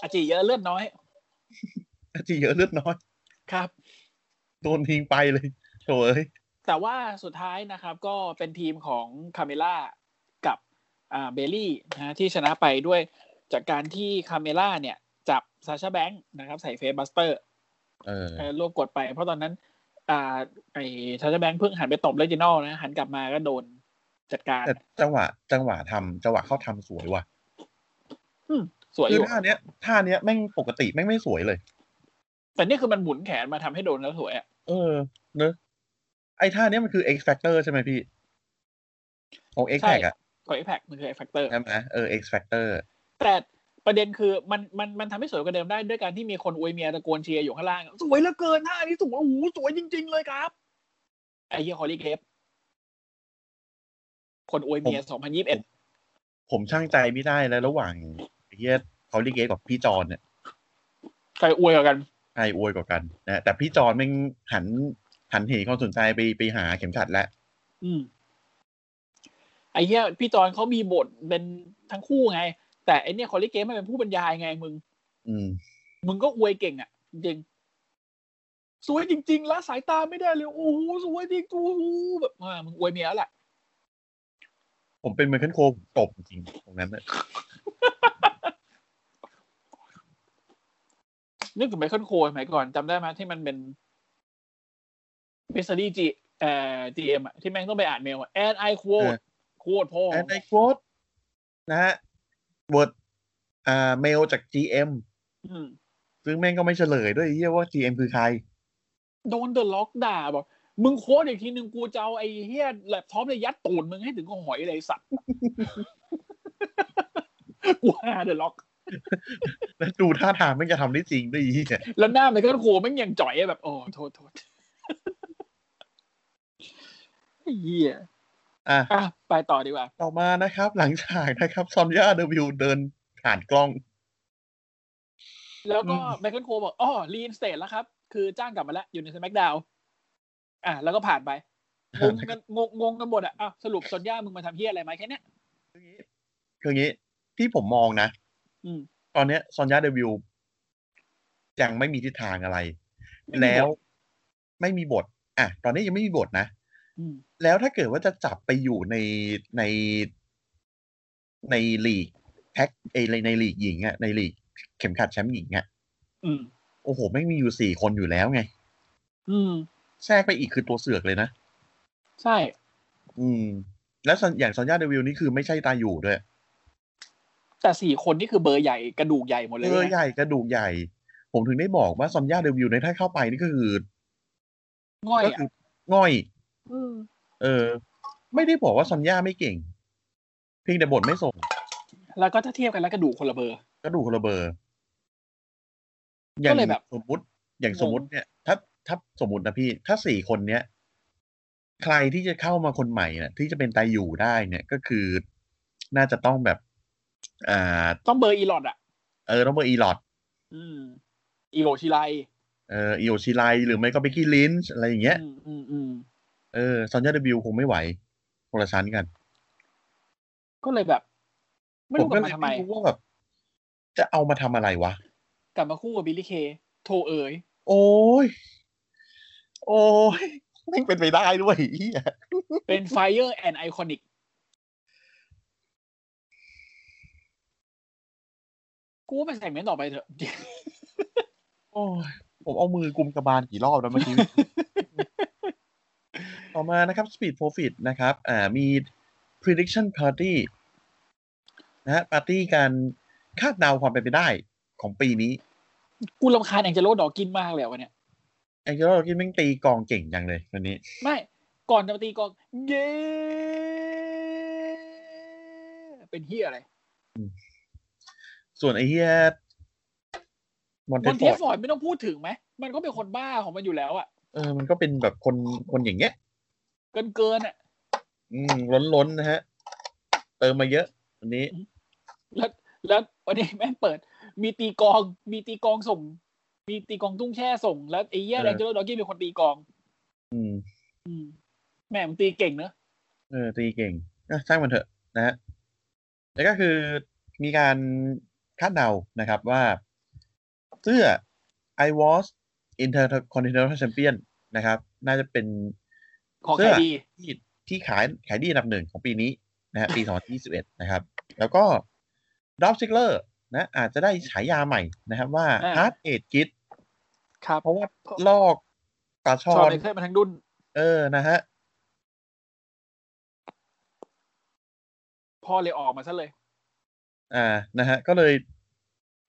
C: อาจีเยอะเลื่อนน้อย
B: อาจจะเยอะเลือดน้อย
C: ครับ
B: โดนทิ้งไปเลยโถเอ้ย
C: แต่ว่าสุดท้ายนะครับ ก็เป็นทีมของคาเมล่ากับอ่าเบลลี่นะฮะที่ชนะไปด้วยจากการที่คาเมล่าเนี่ย จับซาชาแบงค์นะครับใส่เฟซบัสเตอร์
B: เออ
C: เออลวกกดไปเพราะตอนนั้น อ่า ไอ้ชาชาแบงค์เพิ่งหันไปตบเลจินอลนะ หันกลับมาก็โดนจัดการ
B: แต่จังหวะ จังหวะทำจังหวะเข้าทำสวยว่ะ
C: สวยอ
B: คือยู่ ท่าเนี้ย ท่าเนี้ยแม่งปกติแม่งไม่สวยเลย
C: แต่นี่คือมันหมุนแขนมาทำให้โดนแล้วสวยอะ
B: เออ เนอะไอ้ท่าเนี้ยมันคือ X Factor ใช่ไหมพี่ของ X
C: ใช่
B: Pack อ่ะ
C: กดไอแพคมันคือไอแฟกเตอร์
B: ใช่ไหมเออ X Factor
C: แต่ประเด็นคือมันมันมันทำให้สวยกว่าเดิมได้ด้วยการที่มีคนอวยเมียตะโกนเชียร์อยู่ข้างล่าง สวยเหลือเกินท่านี้สวยโอ้โหสวยจริง ๆ เลยครับ ไอ้เฮียฮอลลี่เคฟคนอวยเมียสองพันยี่สิบเอ็ด
B: ผมช่างใจไม่ได้แล้วระหว่างไอ้เฮียเขาลีเกกับพี่จอนเนี่ย
C: ใครอวยกว่ากัน
B: ใครอวยกว่ากันนะแต่พี่จอนแม่งหันหันเหความสนใจไปไปหาเข็มขัดแล้ว
C: อืมไอ้เหี้ยพี่จอนเขามีบทเป็นทั้งคู่ไง แต่ไอเนี่ยคอลลิเกมมันเป็นผู้บรรยายไงมึง
B: อืม
C: มึงก็อวยเก่งอ่ะ จริงๆสวยจริงๆละสายตาไม่ได้เลยโอ้โหสวยจริงโอ้โหแบบอ่ามึงอวยเมียแล้วแหละ
B: ผมเป็นเมอร์เคิลโคผมตบจริงตรงนั้นน่ะ
C: นึกถึงไมเคิลโคสมัยก่อนจำได้ไหมที่มันเป็นเบสซี่จีเอ่อจีเอ็มอะที่แม่งต้องไปอ่านเมลอะแอนไอโคดโคดพ่อ
B: แอนไอโคดนะฮะบทอ่าเมลจาก GM
C: อืม
B: ซึ่งแม่งก็ไม่เฉลยด้วยไอ้เหี้ยว่า GM คือใคร
C: โดนเดอะล็อกด่าบอกมึงโค้ดอีกทีหนึ่งกูจะเอาไอ้เฮียแล็ปท็อปเนี่ยยัดตูดมึงให้ถึงกองหอยเลยไอ้สัตว์ กูหาเดอะล็อก
B: แล้วดูท่าทางแม่งจะทำได้จริงด้วยไอ้เหี้ย
C: แล้วหน้ามันก็โคแม่งยังจ่อยอะแบบโอ้โทษโทษ ไอ้เฮีย
B: อ่ะ
C: อ่ะ ไปต่อดีกว่า
B: ต่อมานะครับ หลังจากนะครับ ซอนย่าเดวิลเดินผ่านกล้อง
C: แล้วก็
B: อืม
C: ไมเคิลโคบอกอ๋อรีนสเตทแล้วครับ คือจ้างกลับมาแล้ว อยู่ในสมักดาวอ่ะแล้วก็ผ่านไป งงกันงงงงกันหมดอ่ะอ้าวสรุปซอนย่ามึงมาทำเฮียอะไรไหมแค่เนี้ย
B: คืออย่างนี้ที่ผมมองนะ
C: อืม
B: ตอนเนี้ยซอนยาเดวิลยังไม่มีทิศทางอะไร
C: ไม่มีบท
B: แล้วไม่มีบท อ่ะ ตอนนี้ยังไม่มีบทนะ
C: อืม
B: แล้วถ้าเกิดว่าจะจับไปอยู่ในในในลีกแพ็กเอยในในลีกหญิงอะในลีกเข็มขัดแชมป์หญิงอะ
C: อืม
B: โอ้โหไม่งมีอยู่สี่คนอยู่แล้วไง
C: อืม
B: แทรกไปอีกคือตัวเสือกเลยนะ
C: ใช่
B: อืม แล้วซอนอย่างซอนยาเดวิลนี่คือไม่ใช่ตาอยู่ด้วย
C: แต่สี่คนนี่คือเบอร์ใหญ่กระดูกใหญ่หมดเล
B: เอย อ
C: นะ
B: ใหญ่กระดูกใหญ่ ผมถึงได้บอกว่าซอนยาเดวิลในยถ้าเข้าไปนี่ก็คือ
C: ง่อย
B: ก็
C: อ่ะ
B: คือง่อย
C: อืม
B: เออ ไม่ได้บอกว่าซอนย่าไม่เก่ง เพียงแต่บทไม่ส่ง
C: แล้วก็ถ้าเทียบกันแล้วกระดูกคนละเบอร์
B: ก็ดูคนละเบอร์ อย่าง
C: ก็เลยแบบ
B: สมมุติ อย่าง
C: งง
B: สมมติเนี่ย ถ้าถ้าสมมตินะพี่ ถ้าสี่คนเนี้ย ใครที่จะเข้ามาคนใหม่เนี่ยที่จะเป็นไตอยู่ได้เนี่ยก็คือน่าจะต้องแบบ อ่า
C: ต้องเบอร์อีลอดอ่ะ
B: เออต้องเบอร์อีลอด
C: อืม อีโรชิไล
B: เอออีโอชิไลหรือไม่ก็ไปกี้ลินช์อะไรอย่างเงี้ย
C: อืมอืมอืม
B: เออซอนย่าเดบิวคงไม่ไหวคนละชั้นกัน
C: ก็เลยแบบ ไม่
B: ผ
C: รู้
B: ม
C: ก
B: ก็
C: ลับ
B: เล
C: มาย ทำไม
B: ไม่รู้ว่าแบบจะเอามาทำอะไรวะ
C: กลับมาคู่กับบิลลี่เค โทรเอ๋ย
B: โอ้ย โอ้ยแม่งเป็นไปได้ด้วยไอ้เหี้ย
C: เป็นไฟเออร์แอนไอคอนิกกูว่าไปใส่เมนต์ต่อไปเถอะ
B: โอ้ย ผมเอามือกุมกระบาลกี่รอบแล้วเมื่อกี้ ต่อมานะครับ Speed Profit นะครับ อ่า มี prediction party นะฮะปาร์ตี้การคาดเดาความเป็นไปได้ของปีนี้
C: กูรำคาญแองเจโลดอกินมากเลยอะวันเนี้ย
B: แองเจโลกินแม่งตีกลองเก่งจังเลยวันนี้
C: ไม่ ก่อนจะมาตีกลองเย้เป็นเฮียอะไร
B: ส่วนไอ้เฮียมอนเท
C: มอน
B: ส
C: เท
B: ฟอ
C: ส
B: ร์ด
C: ฟอร์ดไม่ต้องพูดถึงไหม มันก็เป็นคนบ้าของมันอยู่แล้วอะ
B: เออ มันก็เป็นแบบคนคนอย่างเงี้ย
C: เกินเกินๆอะ
B: อืมล้นๆนะฮะ เติมมาเยอะวันนี้
C: แล้วแล้ววันนี้ แม่งเปิด มีตีกลองมีตีกลองส่ง มีตีกลองตุ้งแช่ส่ง แล้วไอ้เหี้ย
B: เออ
C: แองเจโลดอกินเป็นคนตีกลอง
B: อืม
C: อืม แม่งตีเก่งเนอะ
B: เออตีเก่งอ่ะช่างมันเถอะนะฮะแล้วก็คือมีการคาดเดานะครับว่า เสื้อ I was Intercontinental Champion นะครับ น่าจะเป็น
C: ของใคร
B: เสื้อ
C: ดี
B: ที่ที่ขายขายดีอันดับหนึ่งของปีนี้นะฮะปี 2021 นะครับ แล้วก็ดอฟซิกเลอร์นะ อาจจะได้ฉายาใหม่นะครับว่า
C: อ่า
B: Hard a g e Kid
C: ครับ
B: เพราะว่าลอกปลาช่อ
C: ชอบ
B: น
C: เบเกอร์มาทั้งดุน
B: เออนะฮะ
C: พ่อเลยออกมาซะเลย
B: อ่า นะฮะ ก็เลย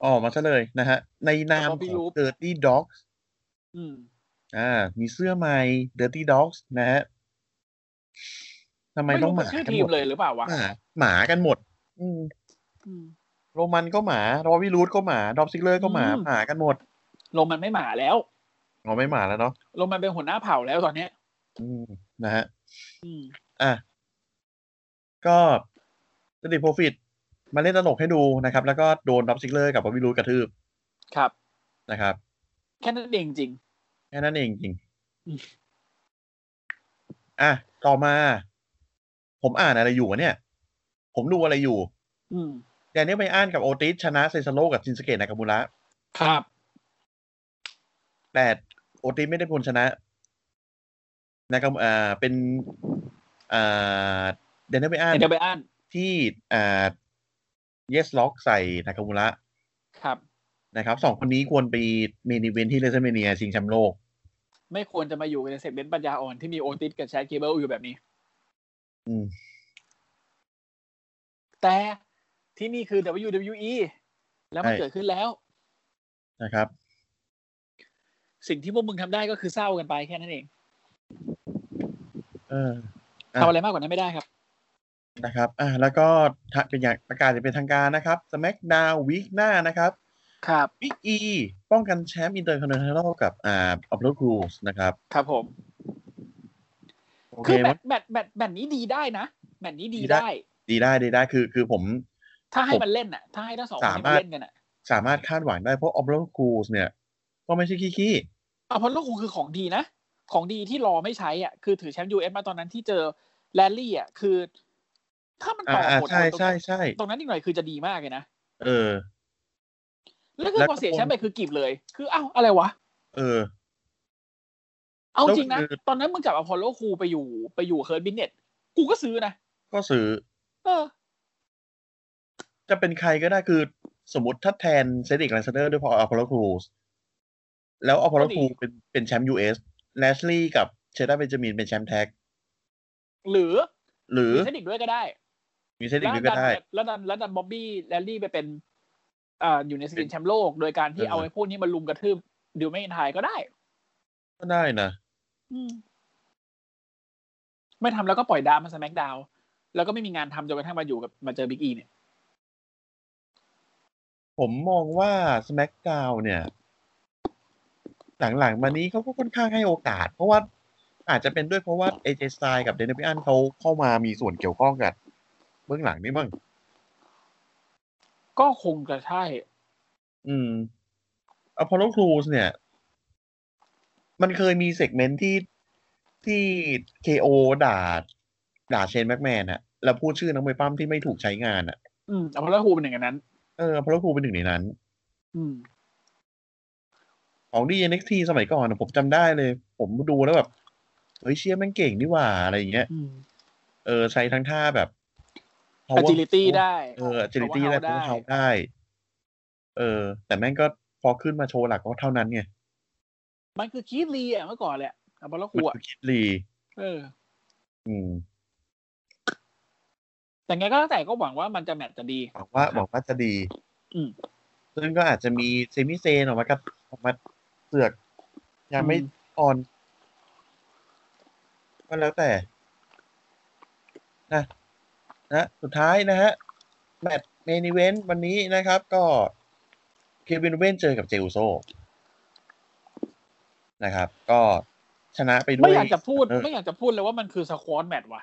B: ออกมาซะเลยนะฮะ ในนามของ Dirty Dogs
C: อืม
B: อ่า มีเสื้อใหม่ Dirty Dogs นะฮะทำไม
C: ไม่
B: ต้อ
C: รู้
B: งห
C: มัน
B: มา
C: ชื่อ
B: กัน
C: ที
B: ห
C: ม
B: มด
C: เลยหรือเปล่าวะ
B: หมาหมากันหมด อืม
C: อืม
B: โรมันก็หมารอวิรูดก็หมาดอบซิกเลอร์ก็หมา
C: อืม
B: หมากันหมด
C: โรมันไม่หมาแล้ว
B: อ๋อไม่หมาแล้วเนาะ
C: โรมันเป็นหัวหน้าเผ่าแล้วตอนเนี้ย
B: อืมนะฮะ
C: อืม
B: อ่ะ ก็สติโปรฟิตมาเล่นตลกให้ดูนะครับ แล้วก็โดนดอบซิกเลอร์กับบอวิรูดกระทืบ
C: ครับ
B: นะครับ
C: แค่นั้นเองจริง
B: แค่นั้นเองจริง
C: อืม
B: อ่ะ ต่อมา ผมอ่านอะไรอยู่วะเนี่ย ผมดูอะไรอยู่
C: อืม
B: แดเนียลไบรอันกับโอติสชนะเซซาโลกับชินสเกตนากามูระ
C: ครับ
B: แต่โอติสไม่ได้พลชนะนะครับอ่า เป็น อ่าแดเนียลไบรอัน
C: เดี๋ยวไปอ่าน
B: ที่ อ่า เยสล็อกใส่นากามูระ
C: ครับ
B: นะครับ สองคนนี้ควรไปเมนิเวนที่เลเซเมเนียชิงแชมป์โลก
C: ไม่ควรจะมาอยู่ในเซกเมนต์ปัญญาอ่อนที่มีโอติสกับแชทเคเบิลอยู่แบบนี้
B: อืม
C: แต่ที่นี่คือ WWE แล้วมัน
B: ใช่
C: เกิดขึ้นแล้ว
B: นะครับ
C: สิ่งที่พวกมึงทำได้ก็คือเศร้ากันไปแค่นั้นเอง
B: เออ อ่ะ
C: ทำอะไรมากกว่านั้นไม่ได้ครับ
B: นะครับ อ่า แล้วก็ทะเป็นอย่างประกาศจะเป็นทางการนะครับ SmackDown Week หน้านะครับ
C: ครับ
B: วิกอีป้องกันแชมป์อินเตอร์คอนเน n น l กับ อ่าอัพโรดครูสนะครับ
C: ครับผม
B: โอเค
C: คือแม
B: มั้ย
C: ตช์แมตช์แมตช์แมตช์นี้ดีได้นะ แมตช์นี้ดี
B: ดีได้
C: ได้
B: ดีได้ดีได้คือ คือผม
C: ถ้าให้
B: ผม
C: มันเล่นน่ะ ถ้าให้ทั้งสองคนนี้
B: สามารถ
C: เล่นกันน่ะ
B: สามารถคาดหวังได้เพราะอัพโรดครูสเนี่ย ก็ไม่ใช่ขี้ขี้
C: อ่ะเพราะลูกคงคือของดีนะ ของดีที่รอไม่ใช้อ่ะคือถือแชมป์ยูเอสมาตอนนั้นที่เจอแรลลี่อ่ะคือ ถ้ามันต่อ
B: อ่า
C: หมด
B: ใช่
C: ตรง
B: ใช่
C: นั้น
B: ใช่
C: ตรงนั้นอีกหน่อยคือจะดีมากเลยนะ
B: เออ
C: แล้วคือ
B: แล้ว
C: พ
B: ก็
C: อเสียแชมป์ไปคือกีบเลย คือเอ้าอะไรวะ
B: เออ
C: เอา
B: แล้ว
C: จริงนะ
B: คือ
C: ตอนนั้นมึงจับอพอลโลครูไปอยู่ไปอยู่เฮิร์ตบินเน็ตกูก็ซื้อนะ
B: ก็ซื้อ
C: เออ
B: จะเป็นใครก็ได้คือสมมติถ้าแทนเซดิกแลนเซเดอร์ด้วยพออพอลโลครูสแล้วอพอลโล
C: ก็ดี
B: ครูเป็นเป็นแชมป์ยูเอสแลชลีย์กับเชด้าเบนจามินเป็นแชมป์แท็ก
C: หรือ
B: หรือ
C: มีเทคนิคด้วยก็ได้
B: มีเซดิกด้วยก็ได้
C: แล้วดันแล้วดันบ๊อบบี้แลนลี่ไปเป็นอ่าอยู่ในสกินแชมป์โลก โดยการที่
B: เออ
C: เอาไอ้พวกนี้มาลุมกระทืบดิวไม่ทายก็ได้
B: ก็ได้นะ
C: อืม ไม่ทำแล้วก็ปล่อยดาวมาสแมกดาวแล้วก็ไม่มีงานทำจนกระทั่งมาอยู่กับมาเจอบิ๊กอีเนี่ย
B: ผมมองว่า SmackDown เนี่ย หลังๆ มานี้เขาก็ค่อนข้างให้โอกาส เพราะว่าอาจจะเป็นด้วยเพราะว่า AJ Styles กับ d a n i e l Bryan เขาเข้ามามีส่วนเกี่ยวข้องกับเบื้องหลังนี่บ้าง
C: ก็คงจะใช่
B: อืม Apollo Crews เนี่ย มันเคยมีเซกเมนต์ที่ที่ KO ด่า ด่าเชนแม็กแมนอะแล้วพูดชื่อน้องมวยปั้มที่ไม่ถูกใช้งานอะ
C: อืมเอาพอลโลครูเป็นหนึ่งในนั้น
B: เออ Apollo Crews เป็นหนึ่งในนั้น
C: อืม
B: ของดี NXT สมัยก่อนอะผมจำได้เลย ผมดูแล้วแบบ เฮ้ยเชี่ยแม่งเก่งนี่หว่าอะไรอย่างเงี้ย
C: อืม
B: เออใช้ทั้งท่าแบบ power
C: agility ได้
B: เออ agility ได้
C: powerhouse
B: พ o w e r h o u s e ได้ เออ แต่แม่งก็พอขึ้นมาโชว์หลักก็เท่านั้นไง
C: มันคือคีรีอ่ะเมื่อก่อนแหละเอาพอลโลค
B: มั
C: รู
B: น
C: อ่ะ
B: คือคิดลี
C: เออ
B: อืม
C: แต่ไงก็แล้วแต่ก็หวังว่ามันจะแมตช์จะดี
B: หวังว่าหวังว่าจะดี
C: อืม
B: ซึ่งก็อาจจะมีเซมิเซนออกมากับออกมาเสือก ยังไม่ออน ก็แล้วแต่ นะนะสุดท้ายนะฮะ แมตช์เมนิเวนวันนี้นะครับ ก็เควินเวนเจอกับเจอุโซนะครับ ก็ชนะไปด้วย
C: ไม่อยากจะพูด
B: เออ
C: ไม่อยากจะพูดเลยว่ามันคือสควอตแมตช์ว่ะ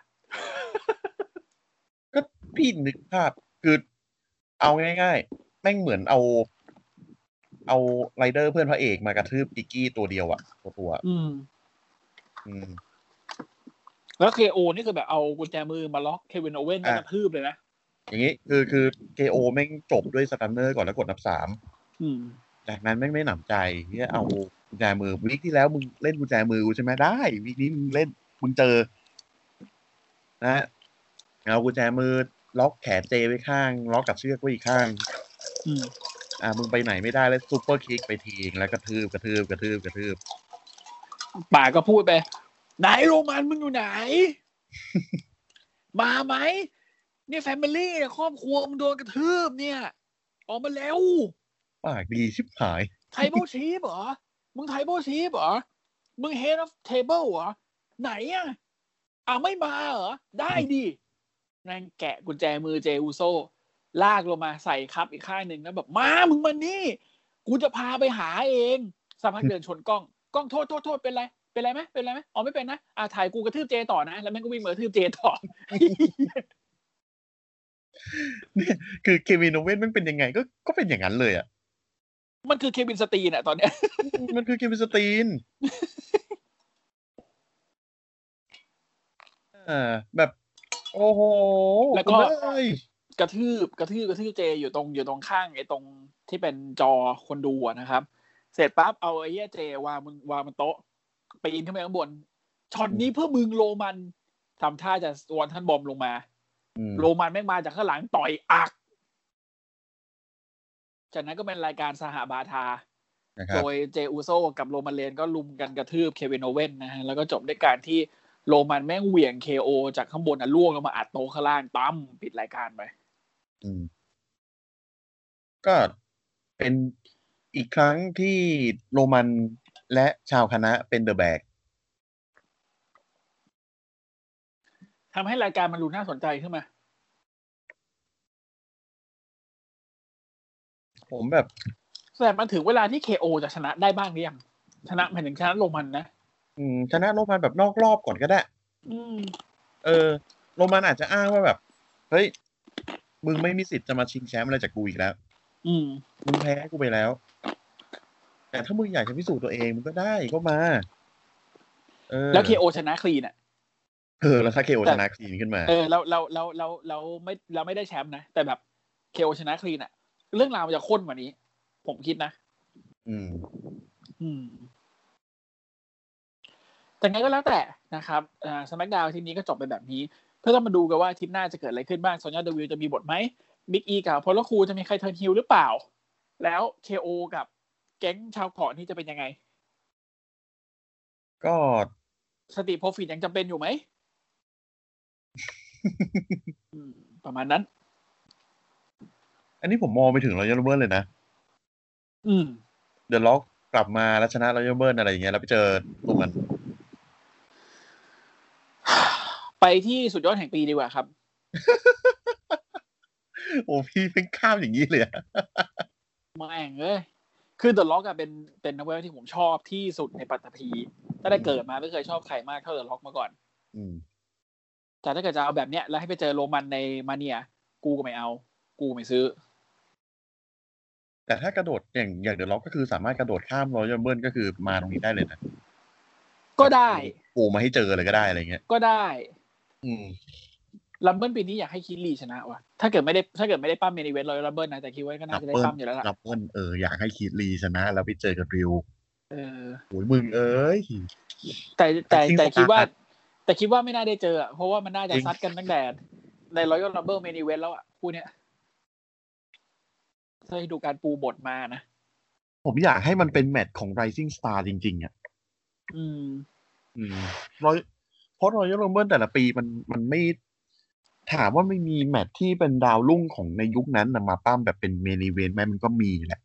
B: ก็พี่นึกภาพ คือเอาง่ายๆ แม่งเหมือนเอา เอาไรเดอร์เพื่อนพระเอกมากระทืบปิกกี้ตัวเดียวอะตัวตัว
C: อืม
B: อืม
C: แล้วเคโอนี่คือแบบเอากุญแจมือมาล็อกเควินโอเว่น
B: อ่ะ
C: กระทืบเลยนะ
B: อย่างนี้คือคือเกโอแม่งจบด้วยสตันเนอร์ก่อนแล้วกดนับสาม
C: อืม
B: จากนั้นแม่งไม่หนำใจเนี่ยเอากุญแจมือวิกที่แล้วมึงเล่นกุญแจมือกูใช่ไหมได้วิกนี้มึงเล่นมึงเจอ นะฮะเอากุญแจมือล็อกแขนเจไว้ข้าง ล็อกกับเชือกไว้อีกข้าง
C: อืม
B: อ่ามึงไปไหนไม่ได้แล้วซูเปอร์คิกไปทีงแล้วกระทืบกระทืบกระทืบกระทืบ
C: ป่าก็พูดไป ไหนโรมันมึง อยู่ไหน มาไหมเนี่ยแฟมิลี่ยครอบครัวมึงโดนกระทืบเนี่ย ออกมาแล้ว
B: ปากดีชิบหาย
C: ไทโบชีฟเหรอ มึงไทโบชีฟเหรอ มึงเฮดออฟเทเบิลเหรอ ไหนอ่ะอ่ะไม่มาเหรอ ได้ดินางแกะกุญแจมือเจอูโซ ลากลงมาใส่ครับอีกข้างหนึ่งแล้วแบบมา มึงมานี่ กูจะพาไปหาเองสักพักเดินชนกล้อง กล้องโทษโทษโทษเป็นไร เป็นไรไหมเป็นไรไหมอ๋อไม่เป็นนะอ่ะถ่ายกูกระทืบเจต่อนะ แล้วแม่งก็วิ่งมากระทืบเจต่อ
B: คือเควินโอเว่นมันเป็นยังไง ก็ก็เป็นอย่างนั้นเลยอ่ะ
C: มันคือเควินสตีนอะตอนเนี้ย
B: มันคือเกมสตรีน เออแบบ โอ้โห
C: แล้วก็
B: คุณเอ้ย
C: กระทืบกระทืบกระทืบเจอยู่ตรงอยู่ตรงข้างไอ้ตรงที่เป็นจอคนดูอะนะครับ เสร็จปั๊บเอาไอ้เหี้ยเจวางบนวางบนโต๊ะไปยินขึ้นไปข้างบนช็อตนี้เพื่อมึงโรมันทำท่าจะวอนท่านบอมลงมา
B: อืม
C: โรมันแม่งมาจากข้างหลังต่อยอัก จากนั้นก็เป็นรายการสหบาทา
B: นะครั
C: โด
B: บ
C: ยเจอูโซกับโรมันเลนก็ลุมกันกระทืบเควินโอเว่นนะฮะ แล้วก็จบด้วยการที่โรมันแม่งเหวี่ยงเคโอจากข้างบนอ่ะล่วงลงมาอัดโต๊ะข้างล่างตั้มปิดรายการไป
B: อืมก็เป็นอีกครั้งที่โรมันและชาวคณะเป็นเดอะแบก
C: ทำให้รายการมันดูน่าสนใจขึ้นมา
B: ผมแบบ
C: แต่มันถึงเวลาที่เคโอจะชนะได้บ้างหรือยัง ชนะหมายถึงชนะโรมันนะ
B: อืมชนะโรมันแบบนอกรอบก่อนก็ได้
C: อืม
B: เออ โรมันอาจจะอ้างว่าแบบ เฮ้ย มึงไม่มีสิทธิ์จะมาชิงแชมป์อะไรจากกูอีกแล้ว
C: อืม
B: มึงแพ้กูไปแล้ว แต่ถ้ามึงอยากจะพิสูจน์ตัวเองมึงก็ได้ก็มา เออ
C: แล้วเคโอชนะคลีนอ่ะ
B: เออแล้วถ้าเคโอชนะคลีนขึ้นมา
C: เออเราเราเราเราเราไม่เราไม่ได้แชมป์นะ แต่แบบเคโอชนะคลีนอ่ะ เรื่องราวมันจะข้นกว่านี้ ผมคิดนะ
B: อืม
C: อืม แต่ไงก็แล้วแต่นะครับอ่าสมักดาวทีนี้ก็จบไปแบบนี้ เพื่อต้องมาดูกันว่าอาทิปหน้าจะเกิดอะไรขึ้นบ้างโซนยาเดวิลจะมีบทไหมบิ๊กอีกับพอลคูจะมีใครเทิร์นฮิลหรือเปล่า แล้วเคโอกับแก๊งชาวเกาะนี่จะเป็นยังไง
B: ก็
C: สติโปรฟิตยังจำเป็นอยู่ไหม อืม ประมาณนั้น
B: อันนี้ผมมองไปถึงรอยัลเบิร์นเลยนะ
C: อืม
B: เดอะล็อกกลับมาแล้วชนะรอยัลเบิร์นอะไรอย่างเงี้ยแล้วไปเจอพวกมัน
C: ไปที่สุดยอดแห่งปีดีกว่าครับ
B: โอ้พี่เป็นข้ามอย่างนี้เลยอะ
C: แม่งเอ้ย คือ The Rock อะเป็นเป็นนักเวทที่ผมชอบที่สุดในปัตตภีตั้งแต่เกิดมาไม่เคยชอบใครมากเท่า The Rock มาก่อน
B: อืม
C: แต่ถ้าเกิดจะเอาแบบเนี้ย แล้วให้ไปเจอโรมันในมาเนีย กูก็ไม่เอา กูไม่ซื้อ
B: แต่ถ้ากระโดดอย่างอย่างเดอะล็อกก็คือสามารถกระโดดข้ามรอยัลเบิร์นก็คือมาตรงนี้ได้เลยนะ
C: ก็ได้
B: ปูมาให้เจอเลยก็ได้อะไรเงี้ย
C: ก็ได้
B: อืม
C: ลัมเบิลปีนี้อยากให้คิดลีชนะว่ะ ถ้าเกิดไม่ได้ถ้าเกิดไม่ได้ปั้มเมนิเวทเลยลัมเบิลนะแต่คิดว่าก็น่าจะได้ปั้มอยู่แล้วล่ะ
B: รับเบิ้ลเอออยากให้คีดลีชนะ แล้วไปเจอกับริว
C: เออ
B: โอ้ยมึงเอ้ย
C: แต่แต่
B: จริงๆ
C: แต่คิดว่า
B: สตาร์ท
C: แต่คิดว่าไม่น่าได้เจออะเพราะว่ามันน่าจะ
B: จริง
C: ซัดกันตั้งแต่ในรอยัลลัมเบิลเมนิเวทแล้วอ่ะคู่เนี้ยถ้าให้ดูการปูบทมานะ
B: ผมอยากให้มันเป็นแมตช์ของ Rising Star จริง ๆ อ่ะ
C: อืม
B: อืมร้อยเพราะรอยัลเบิร์นแต่ละปีมันมันไม่ ถามว่าไม่มีแมตช์ที่เป็นดาวรุ่งของในยุคนั้นนะมาปั้มแบบเป็นเมนิเวนไหมมันก็มีแหละ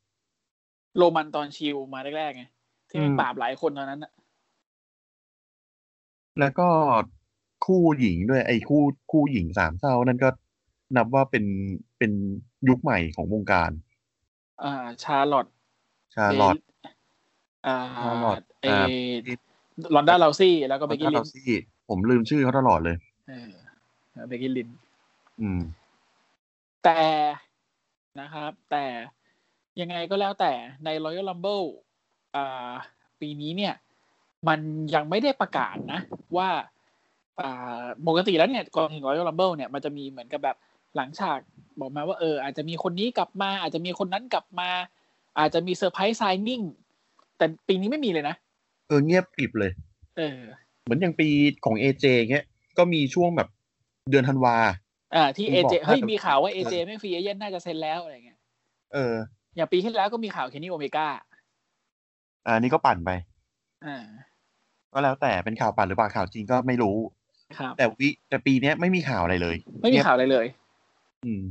C: โรมันตอนชิลมาแรกๆไงที่มัน
B: อืม
C: ปราบหลายคนตอนนั้นอะ
B: แล้วก็คู่หญิงด้วย ไอ้คู่คู่หญิงสามเศร้านั่นก็นับว่าเป็นเป็นยุคใหม่ของวงการ
C: อ่า ชาร์ลอต
B: ชาลอต
C: อ่า
B: ชาร์ลอต
C: เอ
B: อ่า
C: ลอนด้าเลาซี่ แล้วก็เบกกี้
B: ล
C: ลิน
B: ซี่ผมลืมชื่อเขาตลอดเลย
C: เออเบกกี้ลิน
B: อืม
C: แต่นะครับ แต่ยังไงก็แล้วแต่ใน Royal Rumble อ่าปีนี้เนี่ย มันยังไม่ได้ประกาศนะ ว่าอ่าปกติแล้วเนี่ยก่อนถึง Royal Rumble เนี่ยมันจะมีเหมือนกับแบบหลังฉากบอกมาว่าเออ อาจจะมีคนนี้กลับมา อาจจะมีคนนั้นกลับมา อาจจะมีเซอร์ไพรส์ไซนิ่งแต่ปีนี้ไม่มีเลยนะ
B: เออเงียบกริบเลย
C: เออ
B: เหมือนอย่างปีของเอเจเงี้ย ก็มีช่วงแบบเดือนธันวา
C: อ่า ที่
B: ผม
C: เอ
B: บอก
C: เจ
B: ว่า
C: เฮ้ย
B: จะ
C: มีข่าวว่าเอเจไม่ฟรีเอเย่นน่าจะเซ็นแล้วอะไรเงี้ย
B: เออ
C: อย่างปีที่แล้วก็มีข่าวเคนนี่โอเมก้า
B: อ่านี่ก็ปั่นไป
C: อ่า
B: ก็แล้วแต่เป็นข่าวปั่นหรือเปล่าข่าวจริงก็ไม่รู้
C: ครับ
B: แต่วิแต่ปีเนี้ยไม่มีข่าวอะไรเลย
C: ไม่มีข่าวอะไรเลย
B: อืม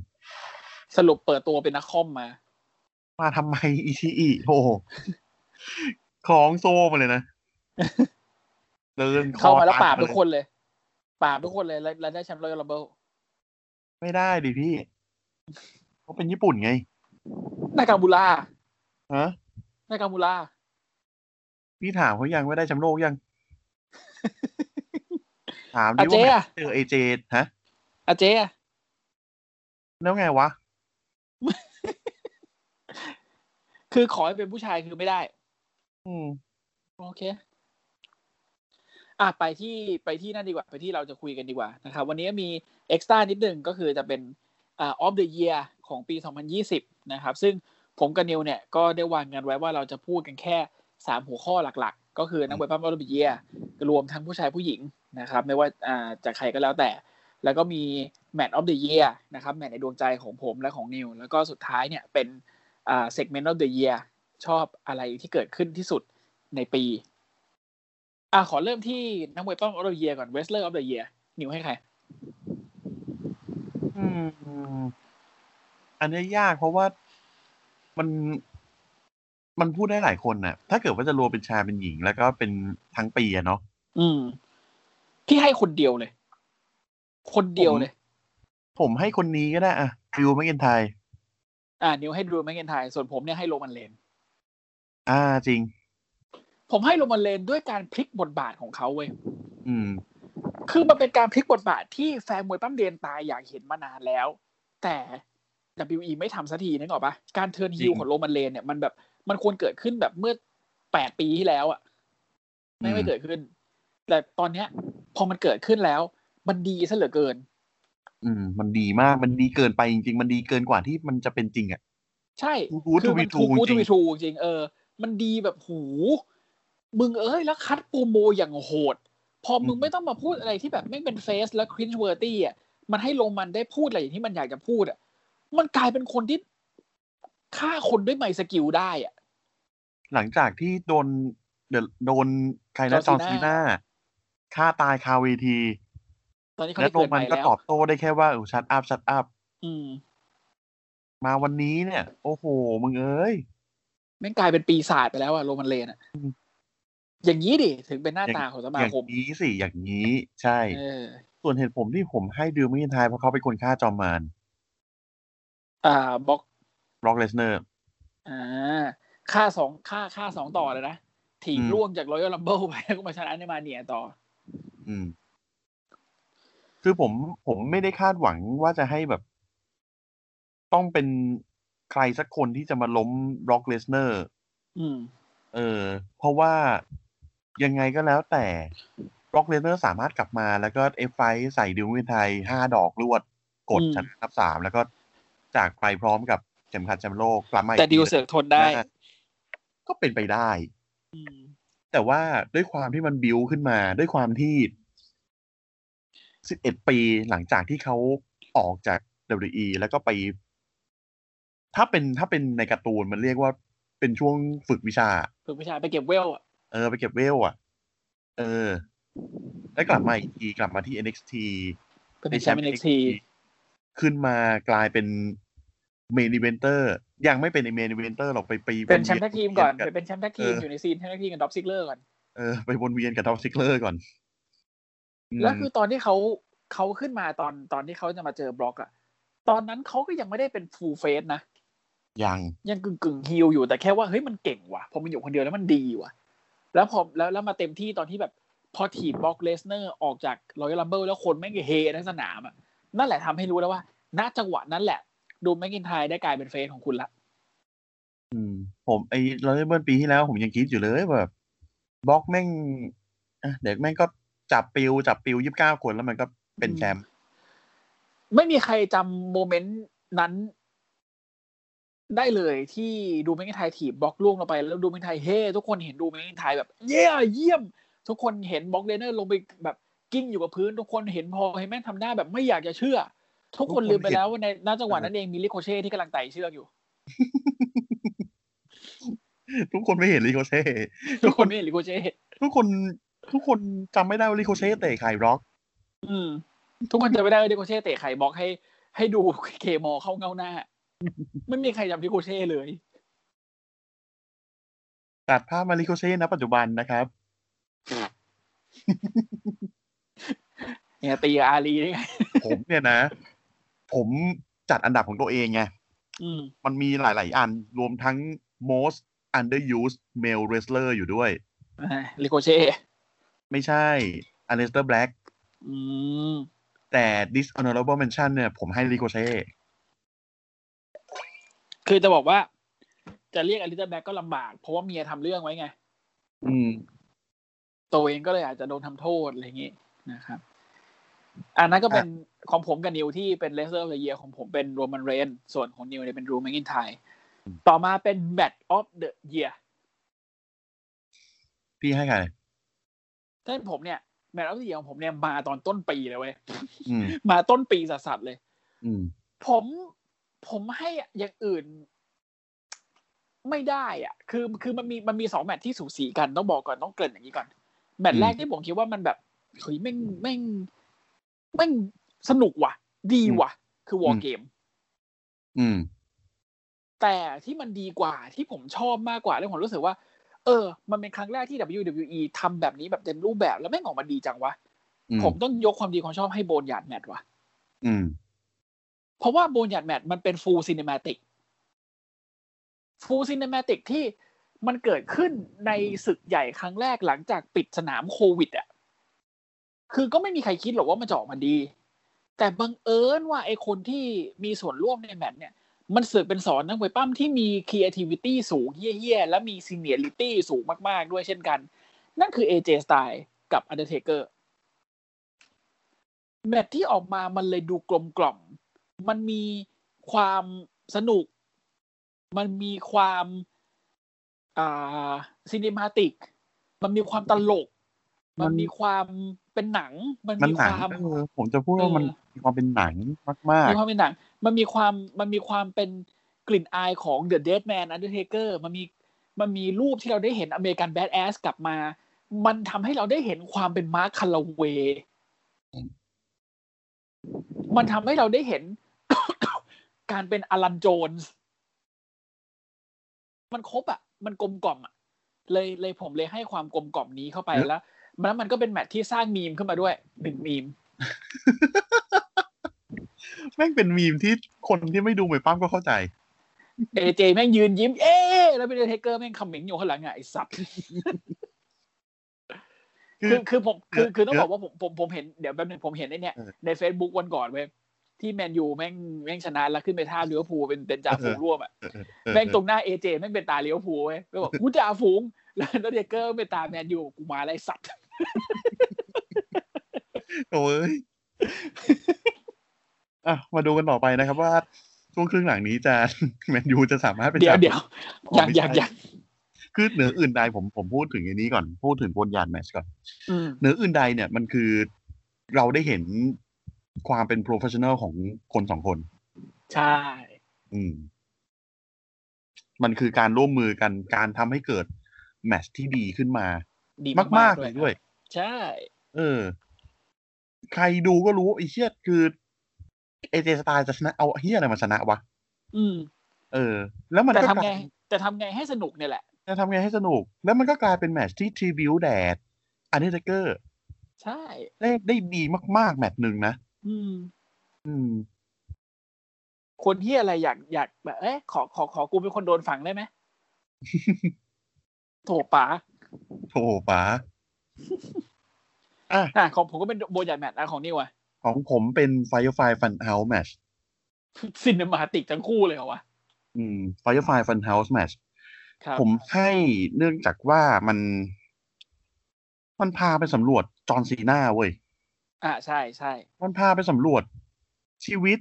C: สรุปเปิดตัวเป็นนักคอมมา
B: มาทำไมอีทีอีโอ้โหของโซมาเลยนะเดินคอ
C: เข้ามาแล้ว
B: ต
C: ปราบ
B: เย
C: ทุกคนเลยปราบทุกคนเลยแล้วแล้วได้แชมป์รอยัลลัมเบิล
B: ไม่ได้ดิพี่เขาเป็นญี่ปุ่นไง
C: นากามูรา
B: ฮะ
C: นากามูรา
B: พี่ถามเขายังว่าได้แชมป์โลกยัง ถาม
C: อา
B: ดิ
C: เจ
B: ว่า
C: อะ
B: เจอเอเจฮะ
C: อาเจอะ
B: แล้วไงวะ
C: คือขอให้เป็นผู้ชายคือไม่ได้
B: อืม
C: โอเค อ่ะไปที่ไปที่นั่นดีกว่า ไปที่เราจะคุยกันดีกว่านะครับ วันนี้มีเอ็กซ์ต้านิดหนึ่งก็คือจะเป็นอ่าออฟเดอะเยียของปี 2020 นะครับ ซึ่งผมกับนิวเนี่ย ก็ได้วางกันไว้ว่าเราจะพูดกันแค่ 3 หัวข้อหลักๆ ก็คือนักเวทปั้มออฟเดอะเยียรวมทั้งผู้ชายผู้หญิงนะครับ ไม่ว่าอ่าจากใครก็แล้วแต่ แล้วก็มีแมตช์ออฟเดอะเยียนะครับแมตช์ในดวงใจของผมและของนิวแล้วก็สุดท้ายเนี่ยเป็นอ่าเซกเมนต์ออฟเดอะเยียชอบอะไรที่เกิดขึ้นที่สุด ในปี อ่ะขอเริ่มที่นักมวยป้องออฟเดอะเยียก่อนเวสเลอร์ออฟเดอะเยียนิวให้ใคร
B: อืม อันเนี้ยยากเพราะว่ามันมันพูดได้หลายคนน่ะ ถ้าเกิดว่าจะรวมเป็นชายเป็นหญิง แล้วก็เป็นทั้งปีอะเนาะ
C: อืม พี่ให้คนเดียวเลย คนเดียวเลย
B: ผมให้คนนี้ก็ได้อ่ะฟิวแมกเกนไทย
C: อ่านิวให้ดูแมกเกนไทยส่วนผมเนี่ยให้โรมันเลน
B: อ่าจริง
C: ผมให้โรมันเลนด้วยการพลิกบทบาทของเขาเว้ย
B: อืม
C: คือมันเป็นการพลิกบทบาทที่แฟนมวยปั้มเดนตายอยากเห็นมานานแล้ว แต่ WE ไม่ทำสักทีนึกออกปะการเทิร์นฮิ
B: จ
C: ล
B: ริง
C: ของโรมันเลนเนี่ยมันแบบมันควรเกิดขึ้นแบบเมื่อแปดปีที่แล้วอะไม่ไม่เกิดขึ้น แต่ตอนเนี้ย พอมันเกิดขึ้นแล้ว มันดีซะเหลือเกิน
B: อืม มันดีมากมันดีเกินไปจริง ๆ มันดีเกินกว่าที่มันจะเป็นจริงอ่ะ
C: ใช่
B: กูรู้ to
C: มั
B: be true
C: กู
B: จริ
C: ทู
B: ง
C: บีทูจริง เออ มันดีแบบหู มึงเอ้ย แล้วคัดโปรโมอย่างโหด พอมึง
B: อืม
C: ไม่ต้องมาพูดอะไรที่แบบไม่เป็นเฟซและครินช์เวอร์ตี้อ่ะ มันให้ลงมันได้พูดอะไรอย่างที่มันอยากจะพูดอ่ะ มันกลายเป็นคนที่ฆ่าคนด้วยไมค์สกิลได้อ่ะ
B: หลังจากที่โดนเดอะโดนใครนะจ
C: จ
B: อ
C: อ
B: ห์
C: ห์
B: น
C: นซี
B: ซี
C: น่า
B: น่าฆ่าตายคาเวที
C: ตอนนี้เขา
B: และ
C: ได้
B: โร
C: เกิด
B: มั
C: ให
B: น
C: ม่
B: ก็
C: แล้ว
B: ตอบโต้ได้แค่ว่าเออชัดอัพชัดอัพ
C: อืม
B: มาวันนี้เนี่ย โอ้โห มึงเอ้ย
C: แม่งกลายเป็นปีศาจไปแล้วอ่ะโรมันเลนอ่ะ อย่างนี้ดิ ถึงเป็นหน้าตาของสมา
B: อย่าง
C: คม
B: นี้สิอย่างนี้ใช่
C: เออ
B: ส่วนเหตุผมที่ผมให้ดิวมินทายเพราะเขาเป็นคนฆ่าจอมมาน
C: อ่าบล็อก
B: บล็อกเลสเนอร์
C: อ่าค่าสองค่าค่าสองต่อเลยนะ ถีบ
B: อืม
C: ล่วงจากรอยัลลัมเบิลไป แล้วก็มาชนะในมาเนียต่อ
B: อืม คือผมผมไม่ได้คาดหวังว่าจะให้แบบ ต้องเป็นใครสักคนที่จะมาล้มบล็อกเลสเนอร์
C: อืม
B: เออ เพราะว่ายังไงก็แล้วแต่บล็อกเลสเนอร์สามารถกลับมาแล้วก็เอฟไฟใส่ดิวมินทายห้าดอกรวด กด
C: อืม
B: ชนะนับสามแล้วก็จากไปพร้อมกับเข็มขัดแชมป์โลกกลับมาอีก
C: แต่ดิว
B: ที
C: เสือกทนได้
B: นะก็เป็นไปได้
C: อืม
B: แต่ว่าด้วยความที่มันบิวขึ้นมา ด้วยความที่ 11 ปีหลังจากที่เขาออกจาก WE แล้วก็ไป ถ้าเป็นถ้าเป็นในการ์ตูนมันเรียกว่าเป็นช่วงฝึกวิชา
C: ฝึกผู้ชายไปเก็บเวลอะ
B: เออ ไปเก็บเวลอ่ะ เออ แล้วกลับมาอีกทีกลับมาที่ NXT
C: ไปเป็นแชมป์เอ็กซี
B: ขึ้นมากลายเป็นเมนิเวนเตอร์ ยังไม่เป็นเมนิเวนเตอร์หรอกไปไป
C: เป็นแชมป์แท็กทีมก่อนไปเป็นแชมป์แท็กทีม
B: เออ
C: อ
B: อ
C: ยู่ในซีนแชมป์แท็กทีมกับด็อบซิกเลอร์ก่อน
B: เออไปวนเวียนกับทอมซิกเลอร์ก่อนม
C: แล้วคือตอนที่เขาเขาขึ้นมาตอนตอนที่เขาจะมาเจอบล็อกอะตอนนั้นเขาก็ยังไม่ได้เป็นฟูลเฟสนะ
B: ยัง
C: ยังกึ่งกึ่งฮิลอยู่แต่แค่ว่าเฮ้ยมันเก่งว่ะพอมันอยู่คนเดียวแล้วมันดีว่ะ แล้วพอแล้วแล้วมาเต็มที่ตอนที่แบบพอถีบบล็อกเลสเนอร์ออกจากรอยัลลัมเบิลแล้วคนแม่งก็เฮทั้งสนามอ่ะนั่นแหละทำให้รู้แล้วว่า ณจังหวะนั้นแหละ ดูแม็กกินไทยได้กลายเป็นเฟสของคุณละ
B: อืม ผมไอ้เราเมื่อปีที่แล้วผมยังคิดอยู่เลยว่าแบบบล็อกแม่งอ่ะเด็กแม่งก็จับปิว จับปิวยี่สิบเก้าคนแล้วมันก็เป็น
C: อืม
B: แชมป์
C: ไม่มีใครจำโมเมนต์นั้น ได้เลยที่ดูแม็กกินไทยถีบบล็อกล่วงลงไป แล้วดูแม็กกินไทยเฮทุกคนเห็นดูแม็กกินไทยแบบ เย่เยี่ยม ทุกคนเห็นบล็อกเลสเนอร์ลงไปแบบกิ้งอยู่กับพื้น ทุกคนเห็นพอเห็นแม่งทำหน้าแบบไม่อยากจะเชื่อ ทุกคนลืมไปแล้วว่าในณจังหวะนั้นเองมีลิโคเช่ที่กำลังไต่เชือกอยู่
B: ทุกคนไม่เห็นลิโคเช่
C: ทุกคนไม่เห็นลิโคเช่
B: ทุกคน ทุกคนจำไม่ได้ว่าลิโคเช่เตะไข่บล็อก
C: อืม ทุกคนจะไม่ได้ว่าลิโคเช่เตะไข่บล็อกให้ ให้ดูเคมอเข้าเงาหน้ า ไม่มีใครจำลิโคเช่เลย
B: ตัดภาพมาลิโคเช่นะปัจจุบันนะครับ
C: เนี่ยตีอารีนี่ไง
B: ผมเนี่ยนะ ผมจัดอันดับของตัวเองไง
C: อืม
B: มันมีหลาย ๆ อันรวมทั้ง most underused male wrestler อยู่ด้วย
C: อ่าลิโกเช่
B: ไม่ใช่ a l i s t e r Black
C: อืม
B: แต่ dishonorable mention เนี่ย ผมให้ Ricochet
C: คือจะบอกว่า จะเรียกอลิซาแบ็กก็ลำบาก เพราะว่าเมียทำเรื่องไว้ไง
B: อืม
C: ตัวเองก็เลยอาจจะโดนทำโทษ อะไรอย่างนี้นะครับ อันนั้นก็เป็นของผมกับนิวที่เป็นเลเซอร์เยียของผมเป็นโรมันเรน ส่วนของนิวเนี่ยเป็นรูแมกกินไทยต่อมาเป็นแมตต์ออฟเดอะเยีย
B: พี่ให้ใคร
C: ถ้าเป็นผมเนี่ยแมตต์ออฟเดอะเยียของผมเนี่ยมาตอนต้นปีเลยเว้ย
B: อืม
C: มาต้นปีสัสๆเลย
B: อืม
C: ผมผมให้อย่างอื่น ไม่ได้อะคือคือมันมีมันมีสองแมตช์ที่สูสีกันต้องบอกก่อนต้องเกริ่นอย่างนี้ก่อน แมตช์แรกที่ผมคิดว่ามันแบบเฮ้ยแม่งแม่งแม่งสนุกว่ะ ดีว่ะ คือวอ
B: อื
C: r
B: ม
C: เกม
B: อืม
C: แต่ที่มันดีกว่าที่ผมชอบมากกว่าแล้วผมรู้สึกว่า เออ มันเป็นครั้งแรกที่ WWE ทำแบบนี้แบบเต็มรูปแบบแล้วแม่งออกมาดีจังวะ
B: อืม
C: ผมต้องยกความดีความชอบให้โบนหยาดแมทว่ะ
B: อืม
C: เพราะว่าโบนยาดแมทมันเป็นฟูลซิน e ม a ติกฟูลซิน e ม a ติกที่มันเกิดขึ้นในศึกใหญ่ครั้งแรกหลังจากปิดสนามโควิดอ่ะ คือก็ไม่มีใครคิดหรอกว่ามันจะออกมาดี แต่บังเอิญว่าไอคนที่มีส่วนร่วมในแมตช์เนี่ย มันเสือกเป็นสอนนักมวยปั้มที่มี creativity สูงเฮี้ยๆ และมี seniority สูงมากๆ ด้วยเช่นกัน นั่นคือ AJ Style กับอันเดอร์เทเกอร์แมตช์ที่ออกมามันเลยดูกลมกล่อม มันมีความสนุก มันมีความอ่าซินิมาติก มันมีความตลก
B: มัน
C: มันมีความเป็นหนัง มัน
B: มัน
C: มี
B: ห
C: ค
B: นัง
C: วาม
B: เออผมจะพูดว่ามัน
C: เออ
B: มีความเป็นหนังมาก
C: มีความเป็นหนัง มันมีความ มันมีความเป็นกลิ่นอายของ The Dead Man Undertaker มันมี มันมีรูปที่เราได้เห็นอเมริกันแบดแอสกลับมา มันทำให้เราได้เห็นความเป็นมาร์คคาราเวย์มันทำให้เราได้เห็น การเป็นอลันโจนส์ มันครบอ่ะ มันกลมกล่อมอ่ะ เลยเลยผมเลยให้ความกลมกล่อมนี้เข้าไป
B: เนอะ
C: แล้วแล้วมันก็เป็นแมทที่สร้างมีมขึ้นมาด้วยหนึ่งมีม
B: ๆแม่งเป็นมีมที่คนที่ไม่ดูมวยปั้มก็เข้าใจ
C: เอเจแม่งยืนยิ้ม เอ๊ะแล้วเป็นเทเกอร์แม่งคอมเมนต์อยู่ข้างหลังอะไงสัตว์
B: คือ
C: คือคือผมคือคือต้อง
B: เดี๋
C: บ
B: ยว
C: อกว่าผมผมผมเห็นเดี๋ยวแป๊บนึงผมเห็นไอ้เนี่ย
B: เออ
C: ใน Facebook วันก่อนเว้ยที่แมนยูแม่งแม่งชนะแล้วขึ้นไปท่าเลี้ยวภูลเป็นเป็นจ่าฝู
B: เอ
C: ง
B: อ
C: ร่วมอ่ะ
B: เออ
C: แม่งตรงหน้าเอเจแม่งเป็นตาเลี้ยวภูลเว้ยก็บอกกูจ่าฝูงแล้วแล้วเทเกอร์เป็นตาแมนยูบอกกูมาแล้วไรสัตว์
B: โอ้ย อ่ะมาดูกันต่อไปนะครับว่าช่วงครึ่งหลังนี้จะ แมนยูจะสามารถไป
C: เดี๋ยว
B: จับ
C: เดี๋ยว
B: ผม
C: อย่าง
B: ไม่
C: อย่าง
B: ใช่
C: อย่าง
B: คือเหนืออื่นใดผมผมพูดถึงอันนี้ก่อน พูดถึงบนยานแมชก่อน
C: อืม
B: เหนืออื่นใดเนี่ยมันคือเราได้เห็นความเป็น professional ของคนสองคน
C: ใช่
B: อืม มันคือการร่วมมือกันการทำให้เกิดแมตชที่ดีขึ้นมา
C: ดี
B: มากๆเลยด้วย
C: ใช่
B: เออ ใครดูก็รู้ไอ้เชี่ยคือเอเจสตาจะชนะเอาเฮียอะไรมาชนะวะ
C: อืม
B: เออ แล้วมัน
C: แต่
B: ก็
C: ทำ
B: กลาย
C: ไงแต่ทำไงให้สนุกเนี่ยแหละ
B: จะทำไงให้สนุก แล้วมันก็กลายเป็นแมตชที่ทีบิวแดดอันนี้เกอร์
C: ใช่
B: ได้ได้ดีมากๆ แมตชหนึ่งนะ
C: อืม
B: อืม
C: คนที่อะไรอยากอยากแบบเอ๊ะขอขอขอกูเป็นคนโดนฝังได้ ไหม โถป๋า
B: โถป๋าอ่ะ
C: อ่ะของผมก็เป็นโบยาแมทนะของนี่ว่ะ
B: ของผมเป็นไฟไฟฟันเฮาส์แมช
C: ซินมาติกทั้งคู่เลยเหรอวะ
B: อืมไฟไฟฟันเฮาส์แมช
C: ครับ
B: ผมให้เนื่องจากว่ามัน มันพาไปสำรวจจอห์นซีนาเว้ย
C: อ่ะใช่ใช่
B: มันพาไปสำรวจชีวิต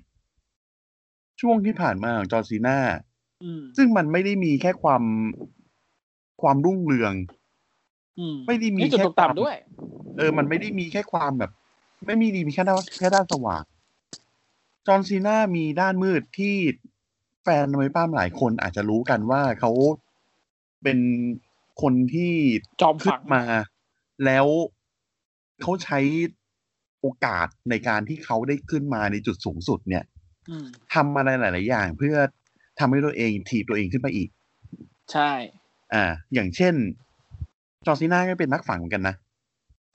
B: ช่วงที่ผ่านมาของจอห์นซีนา
C: อืม
B: ซึ่งมันไม่ได้มีแค่ความความรุ่งเรือง
C: อืม
B: ไม่ได้มี
C: นี่จุด
B: แค่
C: ตก
B: ความ
C: ต่ำด้วย
B: เออ มันไม่ได้มีแค่ความแบบ ไม่มีดีมีแค่ด้านแค่ด้านสว่าง จอห์นซีนามีด้านมืดที่แฟนมวยป้ามหลายคนอาจจะรู้กันว่าเขาเป็นคนที่
C: จอม
B: ขึ้
C: ฝั
B: น
C: ง
B: มา แล้วเขาใช้โอกาสในการที่เขาได้ขึ้นมาในจุดสูงสุดเนี่ย
C: อืม
B: ทำอะไรหลาย ๆ อย่าง เพื่อทำให้ตัวเองถีบตัวเองขึ้นไปอีก
C: ใช่
B: อ่า อย่างเช่น จอห์นซีนาก็เป็นนักฝังเหมือนกันนะ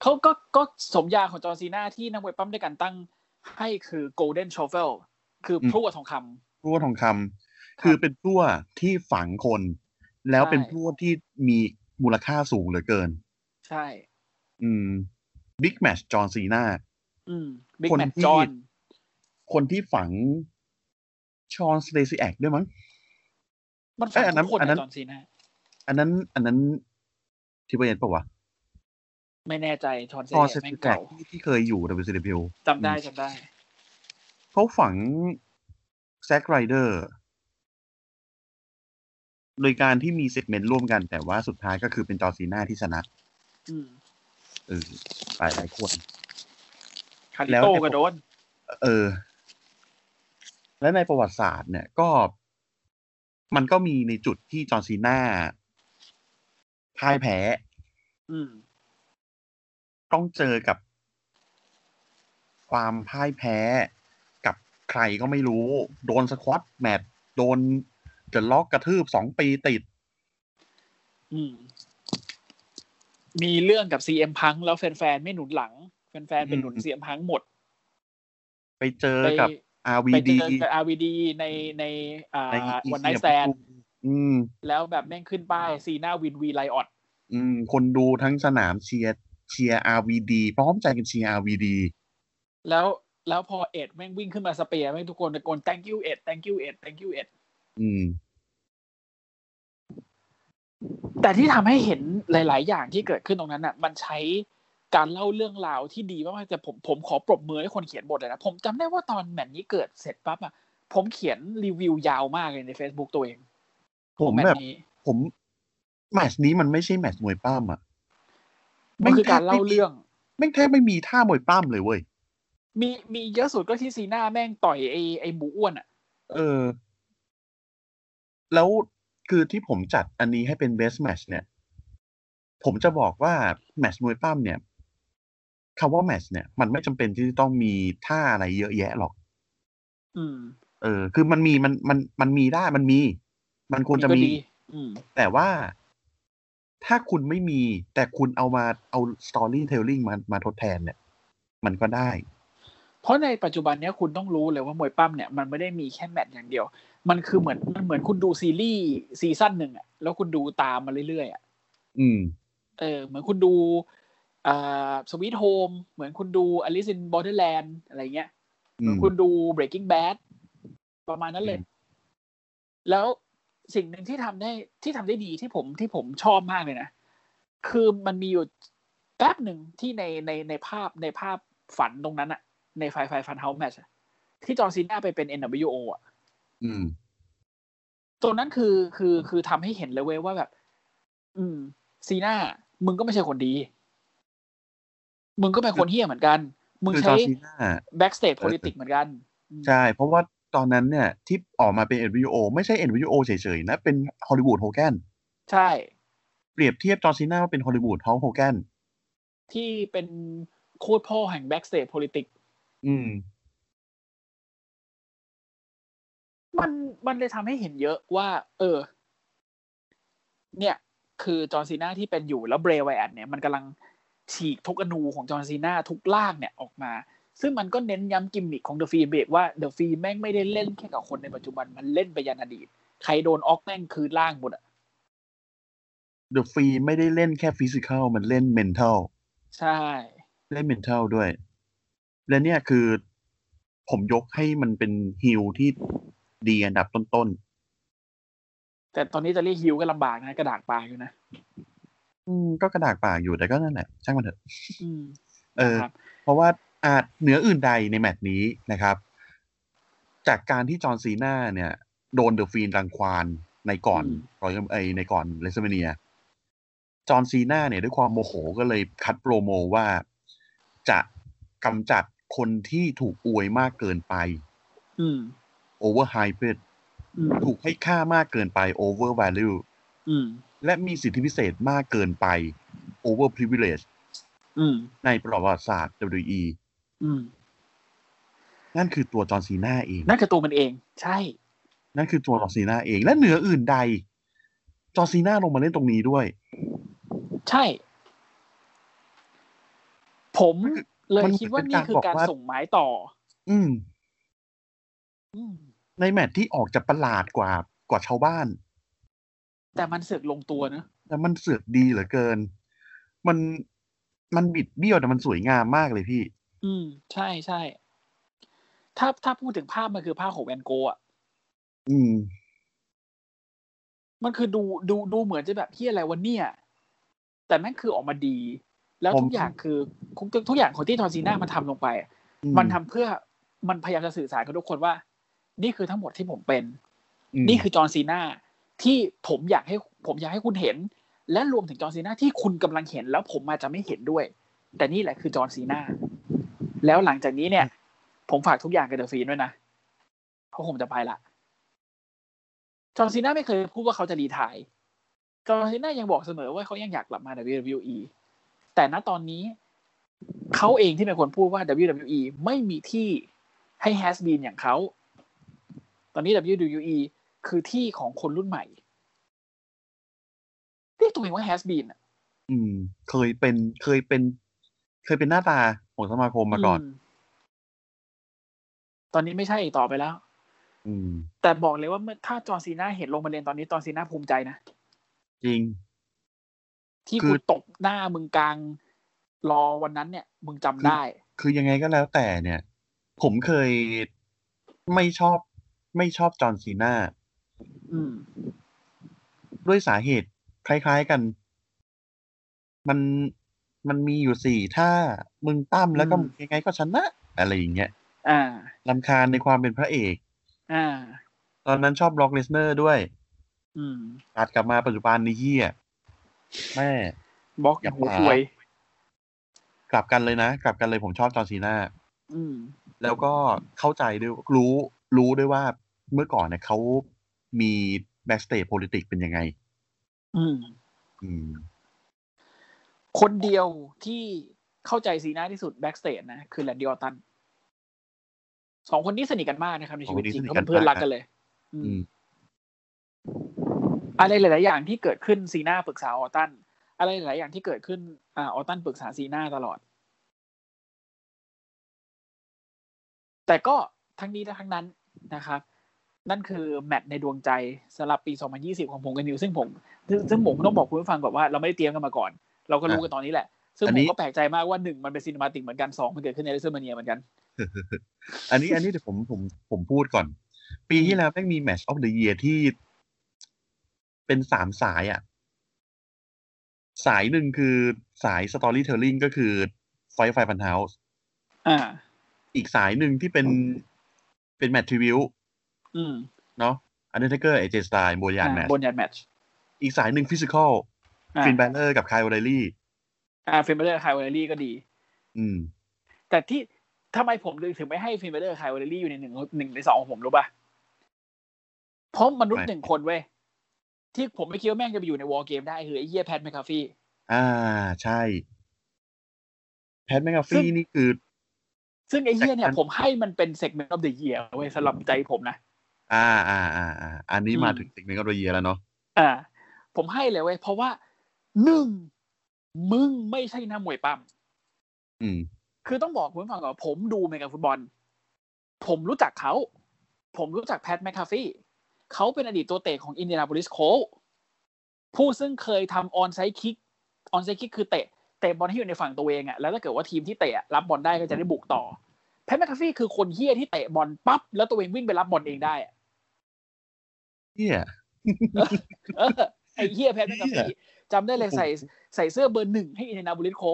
C: เขาก็ก็สมญาของจอร์นซีน่าที่นักมวยปั้มด้วยกันตั้งให้คือ golden shovel คือ
B: อืม
C: พลั่วทองค
B: พลั่วทองคำ
C: ำ
B: คือ
C: รับ
B: เป็นพลั่วที่ฝังคน แล้ว
C: ใช่
B: เป็นพลั่วที่มีมูลค่าสูงเหลือเกิน
C: ใช่
B: อืมบิ๊กแมชจอห์นซีนา
C: อืมบิ๊ก
B: คน
C: แมท
B: ที่
C: จอน
B: คนที่ฝังชอนสเตซิแอกด้วยมั้ง
C: มันฝั
B: เอ้
C: ง
B: ยอันนั้
C: ทุ
B: น
C: กคน
B: อันนั้
C: นะ
B: น
C: จอร์นซีน่า
B: อันนั้น อันนั้นที่เปเห็นปะวะ
C: ไม่แน่ใจจอร์นซี
B: ชอน
C: น่า
B: สเต
C: แม่ง
B: ซิแอก
C: เก่า
B: ที่เคยอยู่ WCW
C: จำได้จำได้
B: เขาฝังแซกไรเดอร์โดยการที่มีเซกเมนต์ร่วมกัน แต่ว่าสุดท้ายก็คือเป็นจอห์นซีนาที่ชนะ
C: อืม
B: เออหลายหลายคน
C: คาริ
B: แล้ว
C: โต
B: ใน
C: ก็โดน
B: เออ และในประวัติศาสตร์เนี่ยก็ มันก็มีในจุดที่จอห์นซีนาพ่ายแพ้
C: อืม
B: ต้องเจอกับ ความพ่ายแพ้กับใครก็ไม่รู้ โดนสควอตแมตช์โดนเดอะล็อกกระทืบสองปีติด
C: อืม มีเรื่องกับซีเอ็มพังแล้วแฟนๆ ไม่หนุนหลัง แฟนๆ เป็นหนุน
B: อืม
C: ซีเอ็มพังหมด
B: ไปเจอ
C: ไป
B: กับ
C: ไป
B: RVD
C: เจอกับอาวีดีในในอ่า
B: ใน ECW
C: วันไนแซน
B: อืม
C: แล้วแบบแม่งขึ้นป้ายซีหน้าวินวีไลออด
B: อืม คนดูทั้งสนามเชียร์เชียร์ RVD พร้อมใจกันเชียร์ RVD
C: แล้วแล้วพอเอ็ดแม่งวิ่งขึ้นมาสเปียร์แม่งทุกคนตะโกน thank you เอ็ด thank you เอ็ด thank you เอ็ด
B: อืม
C: แต่ที่ทำให้เห็นหลาย ๆ อย่างที่เกิดขึ้นตรงนั้นน่ะ มันใช้ การเล่าเรื่องราวที่ดีมากๆแต่ผมผมขอปรบมือให้คนเขียนบทเลยนะ ผมจำได้ว่าตอนแมตช์นี้เกิดเสร็จปั๊บอ่ะผมเขียนรีวิวยาวมากเลยใน Facebook ตัวเอง
B: ผม
C: แมต
B: แบบ
C: ช์นี้
B: ผมแมตช์นี้มันไม่ใช่แมตช์มวยปล้ำอ่ะ
C: มันคือการเล่าเรื่อง
B: แม่งแทบไม่มีท่ามวยปล้ำเลยเว้ย
C: มีมีเยอะสุดก็ที่ซีหน้าแม่งต่อยไอไอหมูอ้วนอ่ะ
B: เออ แล้วคือที่ผมจัดอันนี้ให้เป็น best match เนี่ย ผมจะบอกว่า แมตช์มวยปล้ำเนี่ยคำว่าแมตช์เนี่ย มันไม่จำเป็นที่จะต้องมีท่าอะไรเยอะแยะหรอก
C: อืม
B: เออ คือมันมีมันมันมันมีได้มันมี มันควรจะ
C: ก็
B: มี
C: ดีอืม
B: แต่ว่าถ้าคุณไม่มี แต่คุณเอามาเอา storytelling มามาทดแทนเนี่ย มันก็ได้
C: เพราะในปัจจุบันเนี้ยคุณต้องรู้เลยว่ามวยปั้มเนี่ยมันไม่ได้มีแค่แมตช์อย่างเดียว มันคือเหมือนมันเหมือนคุณดูซีรีส์ซีซั่นหนึ่งอะแล้วคุณดูตามมาเรื่อยๆอะ
B: อืม
C: เออเหมือนคุณดูอ่าสวีทโฮมเหมือนคุณดูอลิซินบอร์เดอร์แลนด์อะไรเงี้ยเห
B: อื
C: มือน
B: ม
C: คุณดู breaking bad ประมาณนั้นเลย
B: อืม
C: แล้วสิ่งหนึ่งที่ทำได้ที่ทำได้ดีที่ผมที่ผมชอบมากเลยนะ คือมันมีอยู่แป๊บหนึ่งที่ในในในภาพในภาพฝันตรงนั้นอะในไฟไฟฟันเฮาแมชที่จอร์นซีน่าไปเป็น NWO อะ
B: อืม
C: ตรงนั้นคือคือคือทำให้เห็นเลยเว้ยว่าแบบ อืม ซีน่ามึงก็ไม่ใช่คนดี มึงก็เป็นคนเฮี้ยเหมือนกัน มึง
B: คือจอ
C: ใช้
B: ร์ซีน่า
C: backstage politics เหมือนกันอืม
B: ใช่ เพราะว่าตอนนั้นเนี่ยที่ออกมาเป็น NWO ไม่ใช่ NWO เฉยๆนะ เป็นฮอลลีวูดโฮแกน
C: ใช่
B: เปรียบเทียบจอร์ซีน่าว่าเป็นฮอลลีวูดฮอลโฮแกน
C: ที่เป็นโคตรพ่อแห่ง backstage politics
B: อืม
C: มันมันเลยทำให้เห็นเยอะว่า เออ เนี่ย คือจอร์นซีนาที่เป็นอยู่แล้วเบรไวแอดเนี่ยมันกำลังฉีกทุกอนูของจอร์นซีนาทุกล่างเนี่ยออกมา ซึ่งมันก็เน้นย้ำกิมมิคของเดอะฟีเบกว่าเดอะฟีแม่งไม่ได้เล่นแค่กับคนในปัจจุบันมันเล่นไปยันอดีต ใครโดนออกแม่งคือล่างหมดอะ
B: The Free ไม่ได้เล่นแค่ฟิสิก a l มันเล่น mental
C: ใช่
B: เล่น mental ด้วย และเนี่ยคือผมยกให้มันเป็นฮิลที่ดีอันดับต้น
C: แต่ตอนนี้จะเรียกฮิวก็ลำบากนะ กระดากปลาอยู่นะ
B: ๆอืมก็กระดากปากอยู่แต่ก็นั่นแหละ ช่างมันเถอะ
C: อืม
B: เออ
C: ครับ
B: เพราะว่าอาจเหนืออื่นใดในแมตช์นี้นะครับ จากการที่จอห์นซีนาเนี่ย โดนเดอะฟีนรังควานในก่อน
C: อืม
B: รอยเอยในก่อนเลสเมเนีย จอห์นซีนาเนี่ย ด้วยความโมโหก็เลยคัดโปรโมว่าจะกำจัดคนที่ถูกอวยมากเกินไป
C: อืม
B: โอเวอร์ไฮเป
C: อืม
B: ถูกให้ค่ามากเกินไปโอเวอร์ l วลู
C: อืม
B: และมีสิทธิพิเศษมากเกินไปโอเวอร์พรีเวลเลช
C: อืม
B: ในประวัติศาสตร์ WWE
C: อืม
B: นั่นคือตัวจอห์นซีนาเอง
C: นั่นคือตัวมันเอง ใช่
B: นั่นคือตัวจอร์ซีนาเอง และเหนืออื่นใด จอร์ซีนาลงมาเล่นตรงนี้ด้วย
C: ใช่ ผมเลย
B: มัน
C: คิดว่านี่คือ
B: เป็น
C: กา
B: การ รบอกว่า
C: ส่งไม้ต่อ
B: อืม
C: อืม
B: ในแมตช์ที่ออกจะประหลาดกว่ากว่าชาวบ้าน
C: แต่มันเสือกลงตัวนะ
B: แต่มันเสือกดีเหลือเกิน มันมันบิดเบี้ยวแต่มันสวยงามมากเลยพี่
C: อืม ใช่ใช่ถ้าถ้าพูดถึงภาพมันคือภาพของแวนโกะอ่ะ
B: อืม
C: มันคือดูดูดูเหมือนจะแบบที่อะไรวะเนี่ย แต่แม่งคือออกมาดี แล้ว
B: ผม
C: ทุกอย่างคือทุกทุกอย่างของที่ทอนซีน่ามันทำลงไปอะ
B: อื
C: มันทำเพื่อมันพยายามจะสื่อสารกับทุกคนว่า นี่คือทั้งหมดที่ผมเป็น
B: ม
C: นี่คือจอร์นซีนาที่ผมอยากให้ผมอยากให้คุณเห็น และรวมถึงจอร์นซีนาที่คุณกำลังเห็นแล้วผมอาจจะไม่เห็นด้วย แต่นี่แหละคือจอร์นซีนาแล้วหลังจากนี้เนี่ย ผมฝากทุกอย่างกับเดอะฟีนด้วยนะเพราะผมจะไปละจอร์นซีนาไม่เคยพูดว่าเขาจะรีไทายจอร์นซีนายังบอกเสมอว่าเขายังอยากกลับมา WWE แต่ณตอนนี้ เขาเองที่เป็นคนพูดว่า WWE ไม่มีที่ให้ has been อย่างเขา ตอนนี้ WWE คือที่ของคนรุ่นใหม่เรียกตัวเองว่า has been อะ
B: อืม เคยเป็นเคยเป็น เคยเป็นหน้าตาของสมาคมมาก่อน
C: มตอนนี้ไม่ใช่อีกต่อไปแล้ว
B: อืม
C: แต่บอกเลยว่าเมื่อถ้าจอร์นซีน่าเห็นลงมาเรียนตอนนี้จอร์นซีน่าภูมิใจนะ
B: จริง
C: ที่
B: คื
C: กู
B: อ
C: ตบหน้ามึงกลาง รอวันนั้นเนี่ย มึงจำได้
B: คือยังไงก็แล้วแต่เนี่ย ผมเคยไม่ชอบ ไม่ชอบจอร์นซีนา
C: อืม
B: ด้วยสาเหตุคล้าย ๆกัน มัน มันมีอยู่สี่ท่ามึงตั้มแล้วก็
C: อืม
B: ยังไงก็ชนะ อะไรอย่างเงี้ย
C: อ่า
B: ลำคาญในความเป็นพระเอก
C: อ่า
B: ตอนนั้นชอบบล็อกเลสเนอร์ด้วย
C: อืม
B: ตัดกลับมาปัจจุบันนี่เฮียแม่
C: บล็อก
B: อย่า
C: หู
B: ขวา
C: ควย
B: กลับกันเลยนะ กลับกันเลยผมชอบจอร์นซีนา
C: อืม
B: แล้วก็เข้าใจด้วยรู้รู้ด้วยว่าเมื่อก่อนเนี่ยเขามีแบ็กสเต e politics เป็นยังไง
C: อืม
B: อืม
C: คนเดียวที่เข้าใจซีน่าที่สุดแบ็กสเตจนะ คือแลนดี้ออตตันสองคนนี้สนิทกันมากนะครับในชีวิตจริง
B: สนิท
C: เขา
B: กั
C: เป็น นเพื่อน
B: มาก
C: รักกันเลย อื
B: อื
C: ม
B: ม
C: อะไรหลาย ๆ อย่างที่เกิดขึ้นซีน่าปรึกษาออตัน อะไรหลาย ๆ อย่างที่เกิดขึ้นอ่าออตันปรึกษาซีน่าตลอด แต่ก็ทั้งนี้และทั้งนั้นนะครับ นั่นคือแมตช์ในดวงใจสำหรับปี 2020 ของผมกับนิวซึ่งผมซึ่งซึ่งผมต้องบอกคุณผู้ฟังก่อนว่าเราไม่ได้เตรียมกันมาก่อน เราก็รู้กันตอนนี้แหละ ซึ่ง
B: อัน
C: ผ
B: นี้
C: มก็แปลกใจมากว่าหนึ่งมันเป็นซีนิมาติกเหมือนกันสองมันเกิดขึ้นในเลเซอร์มาเนียเหมือนกัน
B: อันนี้อันนี้เดี๋ยวผมผมผมพูดก่อน ปีที่แล้วแม่งมีแม t ออฟเดอะเยียที่ เป็นสามสายอะสายหนึ่งคือสายสตอรี่เทลลิงก็คือไฟไฟพันเฮาส์
C: อ่า
B: อีกสายหนึ่งที่เป็นเป็นแมททริวิว
C: อืม
B: เนาะอันเดอร์เทเกอร์เอเจสไตน์โบยานแมท
C: บนยันแมตช์
B: อีกสายหนึ่งฟิสิกอล
C: อ่า
B: ฟินแบลเลอร์กับไคลโอไลลี่
C: อ่าเฟมเบอร์ไคลเวอรี่ก็ดี
B: อืม
C: แต่ที่ทำไมผมถึงไม่ให้ฟินเบเดอร์ไคลเวอรี่อยู่ในหนึ่งหนึ่งในสองของผมรู้ป่ะเพราะมนุษย์
B: ไม่
C: หนึ่งคนเว้ย ที่ผมไม่คิดว่าแม่งจะไปอยู่ในวอลเกมได้คือไอ้เหี้ยแพทแมคคาฟี่
B: อ่าใช่ แพทแมกกา
C: ซึ่
B: ฟี่
C: ง
B: นี่คือ
C: ซึ่งไอ้เหี้ยเนี่ย
B: แต่มัน
C: ผมให้มันเป็นเซกเมนต์ of the year เว้ยสำหรับใจผมนะ
B: อ่าอ่าอ่าอ่าอันนี้
C: อืม
B: มาถึงสิ่งหนึ่งก็โดยเยียแล้วเนาะ
C: อ่า ผมให้เลยเว้ย เพราะว่าหนึ่งมึงไม่ใช่นักมวยปั้ม
B: อืม
C: คือต้องบอกคุณผู้ฟังก่อนว่าผมดูเมกาฟุตบอล ผมรู้จักเขา ผมรู้จักแพทแมคคาฟี่เขาเป็นอดีตตัวเตะของอินเดียนาโพลิสโคผู้ซึ่งเคยทำออนไซคิกออนไซคิกคือเตะเตะบอลที่อยู่ในฝั่งตัวเองอะแล้วถ้าเกิดว่าทีมที่เตะอะรับบอลได้ก็จะได้บุกต่อ แพทแมคคาฟี่คือคนเฮี้ยที่เตะบอลปั๊บแล้วตัวเองวิ่งไปรับบอลเองได้อะ
B: เนี่ย
C: เออไอ้เฮียแพทแมคคาฟี่จำได้เลยใส่ใส่เสื้อเบอร์หนึ่งให้อินเดียนาโพลิสโค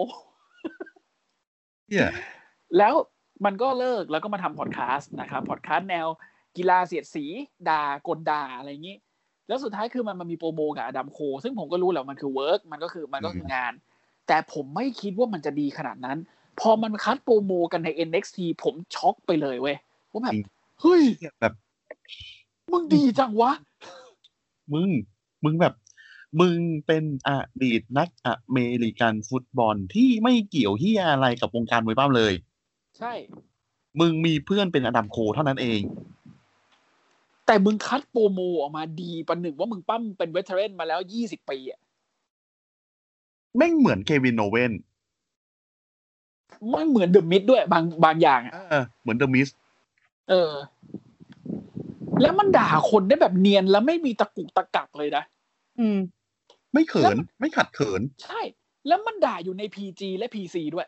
B: เนี่ย
C: แล้วมันก็เลิกแล้วก็มาทำพอดแคสต์นะครับพอดแคสต์แนวกีฬาเสียดสีด่ากลด่าอะไรอย่างนี้ แล้วสุดท้ายคือมันมันมีโปรโมกับอดัมโค ซึ่งผมก็รู้แหละมันคือเวิร์กมันก็คือมันก็คืองาน แต่ผมไม่คิดว่ามันจะดีขนาดนั้น พอมันคัดโปรโมกันใน NXT ผมช็อกไปเลยเว้ยว่าแบบเฮ้ย
B: เนี่ยแบบ
C: มึงดีจังวะ
B: มึง มึงแบบ มึงเป็นอดีตนักอเมริกันฟุตบอลที่ไม่เกี่ยวเฮียอะไรกับวงการมวยปั้มเลย
C: ใช่
B: มึงมีเพื่อนเป็นอดัมโคเท่านั้นเอง
C: แต่มึงคัดโปรโมออกมาดีประหนึ่งว่ามึงปั้มเป็นเวทเทรนมาแล้วยี่สิบปีอะ
B: แม่งเหมือนเควินโนเวน
C: มันเหมือนเดอะมิดด้วยบางบางอย่างอะ
B: เออเหมือนเดอะมิส
C: เออ แล้วมันด่าคนได้แบบเนียนแล้วไม่มีตะกุกตะกักเลยนะ
B: ไม่เขิน ไม่ขัดเขิน
C: ใช่ แล้วมันด่าอยู่ใน PG และ PC ด้วย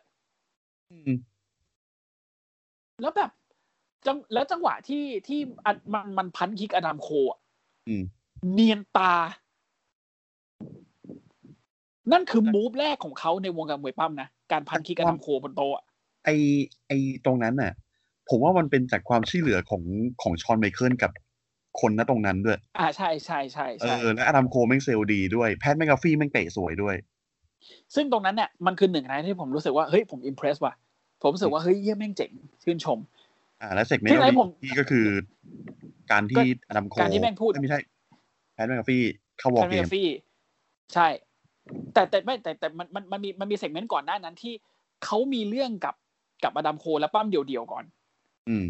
B: อืม
C: แล้วแบบจังแล้วจังหวะที่ที่อัดมันมันพันคิกอดัมโคอะ
B: อืม
C: เนียนตา นั่นคือมูฟแรกของเขาในวงการมวยปั้มนะ การพันคิกอดัมโคบนโต๊ะอะ
B: ไอไอตรงนั้นน่ะ ผมว่ามันเป็นจากความช่วยเหลือของของชอนไมเคิลกับคนนะตรงนั้นด้วย
C: อ่าใช่ใช่ใช่
B: เอ
C: ใช่
B: อและอดัมโคแม่งเซลลดีด้วย แพทแมกกาฟี่แม่งเตะสวยด้วย
C: ซึ่งตรงนั้นเนี่ยมันคือหนึ่งในที่ผมรู้สึกว่าเฮ้ยผมอิมเพรสว่ะ ผมรู้สึกว่าเฮ้ยเยี่ยแม่งเจ๋งชื่นชม
B: อ่า และเซกเมน
C: ที่ไหนผม
B: ต์ที่ก็คือ การที่อดัมโค
C: การที่แม่งพูด
B: ไม่ใช่ แพทแมกกาฟี่เข้าวอล
C: แค
B: เก
C: นเว
B: ม
C: ฟี่ใช่ แต่แต่ไม่แต่แต่มันมันมันมีมันมีเซกเมนต์ก่อนหน้านั้นที่เขามีเรื่องกับกับอดัมโคและปั้มเดียวๆก่อน
B: อืม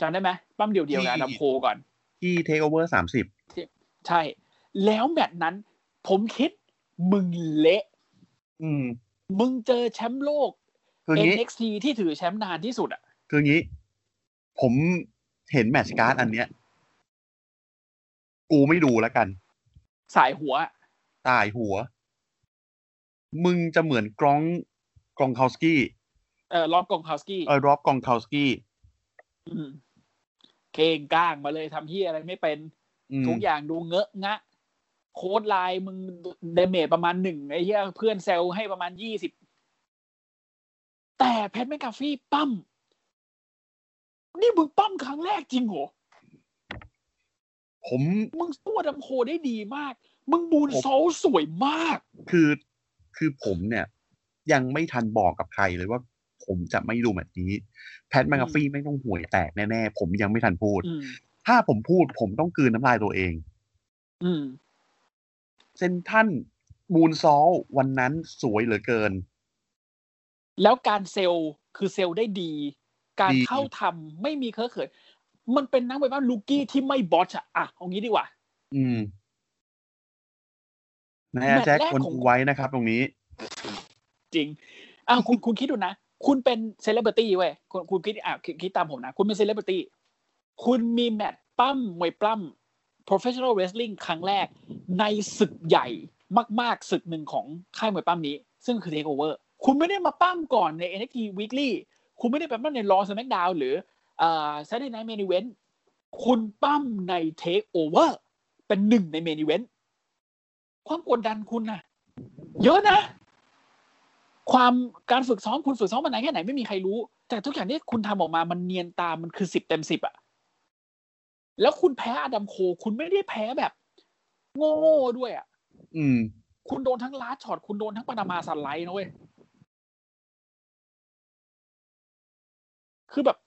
C: จำได้ไหมปั้มเดียวๆกับอดัมโคก่อน
B: ที่เทคโอเวอร์สามสิบ
C: ใช่ แล้วแมตช์นั้นผมคิดมึงเละ
B: อืม
C: มึงเจอแชมป์โลก
B: คืองี้
C: NXT ที่ถือแชมป์นานที่สุดอ่ะ
B: คืองี้ ผมเห็นแมตช์การ์ดอันเนี้ย กูไม่ดูแล้วกัน
C: สายหัวอะ
B: ตายหัว มึงจะเหมือนกรองกรองคาวสกี้
C: เออรอบกองคาวสกี้
B: เออรอบกรองคาวสกี้
C: มเก่งก้างมาเลยทำที่อะไรไม่เป็น
B: อืม
C: ทุกอย่างดูเงอะงะ โค้ดไลน์มึงเดเมจประมาณหนึ่งไอ้เหี้ยเพื่อนเซลให้ประมาณยี่สิบ แต่แพทแมคกาฟี่ปั้ม นี่มึงปั้มครั้งแรกจริงเหรอ
B: ผม
C: มึงตัวดัมโคได้ดีมาก มึงบูนโซลสวยมาก
B: คือคือผมเนี่ย ยังไม่ทันบอกกับใครเลยว่า ผมจะไม่ดูแบบนี้ แพทแมคกาฟี่ไม่ต้องห่วยแตกแน่ๆ ผมยังไม่ทันพูด
C: อืม
B: ถ้าผมพูดผมต้องกลืนน้ำลายตัวเอง
C: อืม
B: เซนท่านมูนซอลวันนั้นสวยเหลือเกิน
C: แล้วการเซลล์คือเซลล์ได้ดี การ
B: ดี
C: เข้าทำไม่มีเคอะเขิน มันเป็นนักเวทบ้านลูกี้ที่ไม่บอชอะอ่ะเอางี้ดีกว่า
B: อืมนะ
C: แมตช์
B: แจ็ค
C: แรก
B: คน
C: ของ
B: ไว้นะครับ ตรงนี้
C: จริงอ่ะคุณคุณคิดดูนะ คุณเป็นเซเลบริตี้เว้ยคุณคุณคิดอ่ะคิดคิดตามผมนะ คุณเป็นเซเลบริตี้ คุณมีแมตช์ปั้มมวยปล้ำ professional wrestling ครั้งแรก ในศึกใหญ่มาก ๆ ศึกหนึ่งของค่ายมวยปล้ำนี้ ซึ่งคือ takeover คุณไม่ได้มาปั้มก่อนใน NXT weekly คุณไม่ได้ไปปั้มใน Raw SmackDown หรือเอ่อ Saturday Night Main Event คุณปั้มใน takeover เป็นหนึ่งใน Main Event ความกดดันคุณน่ะ เยอะนะ ความการฝึกซ้อมคุณฝึกซ้อมมานานแค่ไหนไม่มีใครรู้ แต่ทุกอย่างที่คุณทำออกมามันเนียนตามมันคือสิบเต็มสิบอะแล้วคุณแพ้อดัมโค คุณไม่ได้แพ้แบบ โง่ๆด้วยอะ
B: อืม
C: คุณโดนทั้งลาสช็อตคุณโดนทั้งปานามาสไลด์นะเว้ย คือแบบ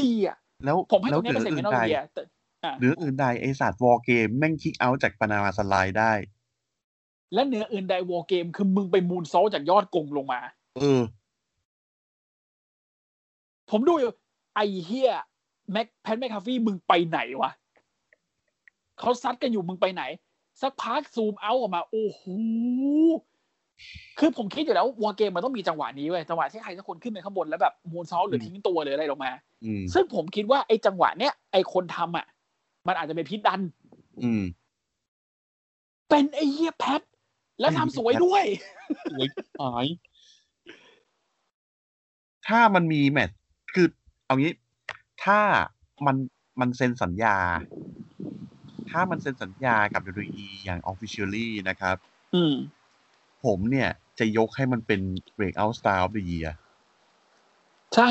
C: ดีอะ
B: แล้ว
C: ผมให้
B: แล้
C: ตร
B: ว
C: งนี้
B: เหนื
C: เป็
B: ออื่น
C: นเซมินอล
B: ใด
C: เดียแต่อ่ะ
B: เหนืออื่นใดไอศาสตร์วอลเกมแม่งคิกเอาท์จากปานามาสไลด์ได้
C: และเหนืออื่นใดวอลเกม คือมึงไปมูนโซลจากยอดกงลงมา
B: เออ
C: ผมดูอยู่ไอเฮียแม็กแพทแมคคาฟี่มึงไปไหนวะเขาซัดกันอยู่มึงไปไหน สักพักซูมเอาท์ออกมา โอ้โหคือผมคิดอยู่แล้ววอเกมมันต้องมีจังหวะนี้เว้ยจังหวะที่ใครสักคนขึ้นไปข้างบนแล้วแบบมูนซอลหรือทิ้งตัวหรืออะไรลงมา
B: อืม
C: ซึ่งผมคิดว่าไอ้จังหวะเนี้ยไอ้คนทำอ่ะ มันอาจจะเป็นพิษดัน
B: อืม
C: เป็นไอ้เฮียแพท แล้วทำสวยด้วย
B: สวยหาย ถ้ามันมีแมตช์คือเอางี้ ถ้ามันมันเซ็นสัญญา ถ้ามันเซ็นสัญญากับ WWE อย่าง Officially นะครับ
C: อืม
B: ผมเนี่ยจะยกให้มันเป็น Breakout Star of the Year
C: ใช่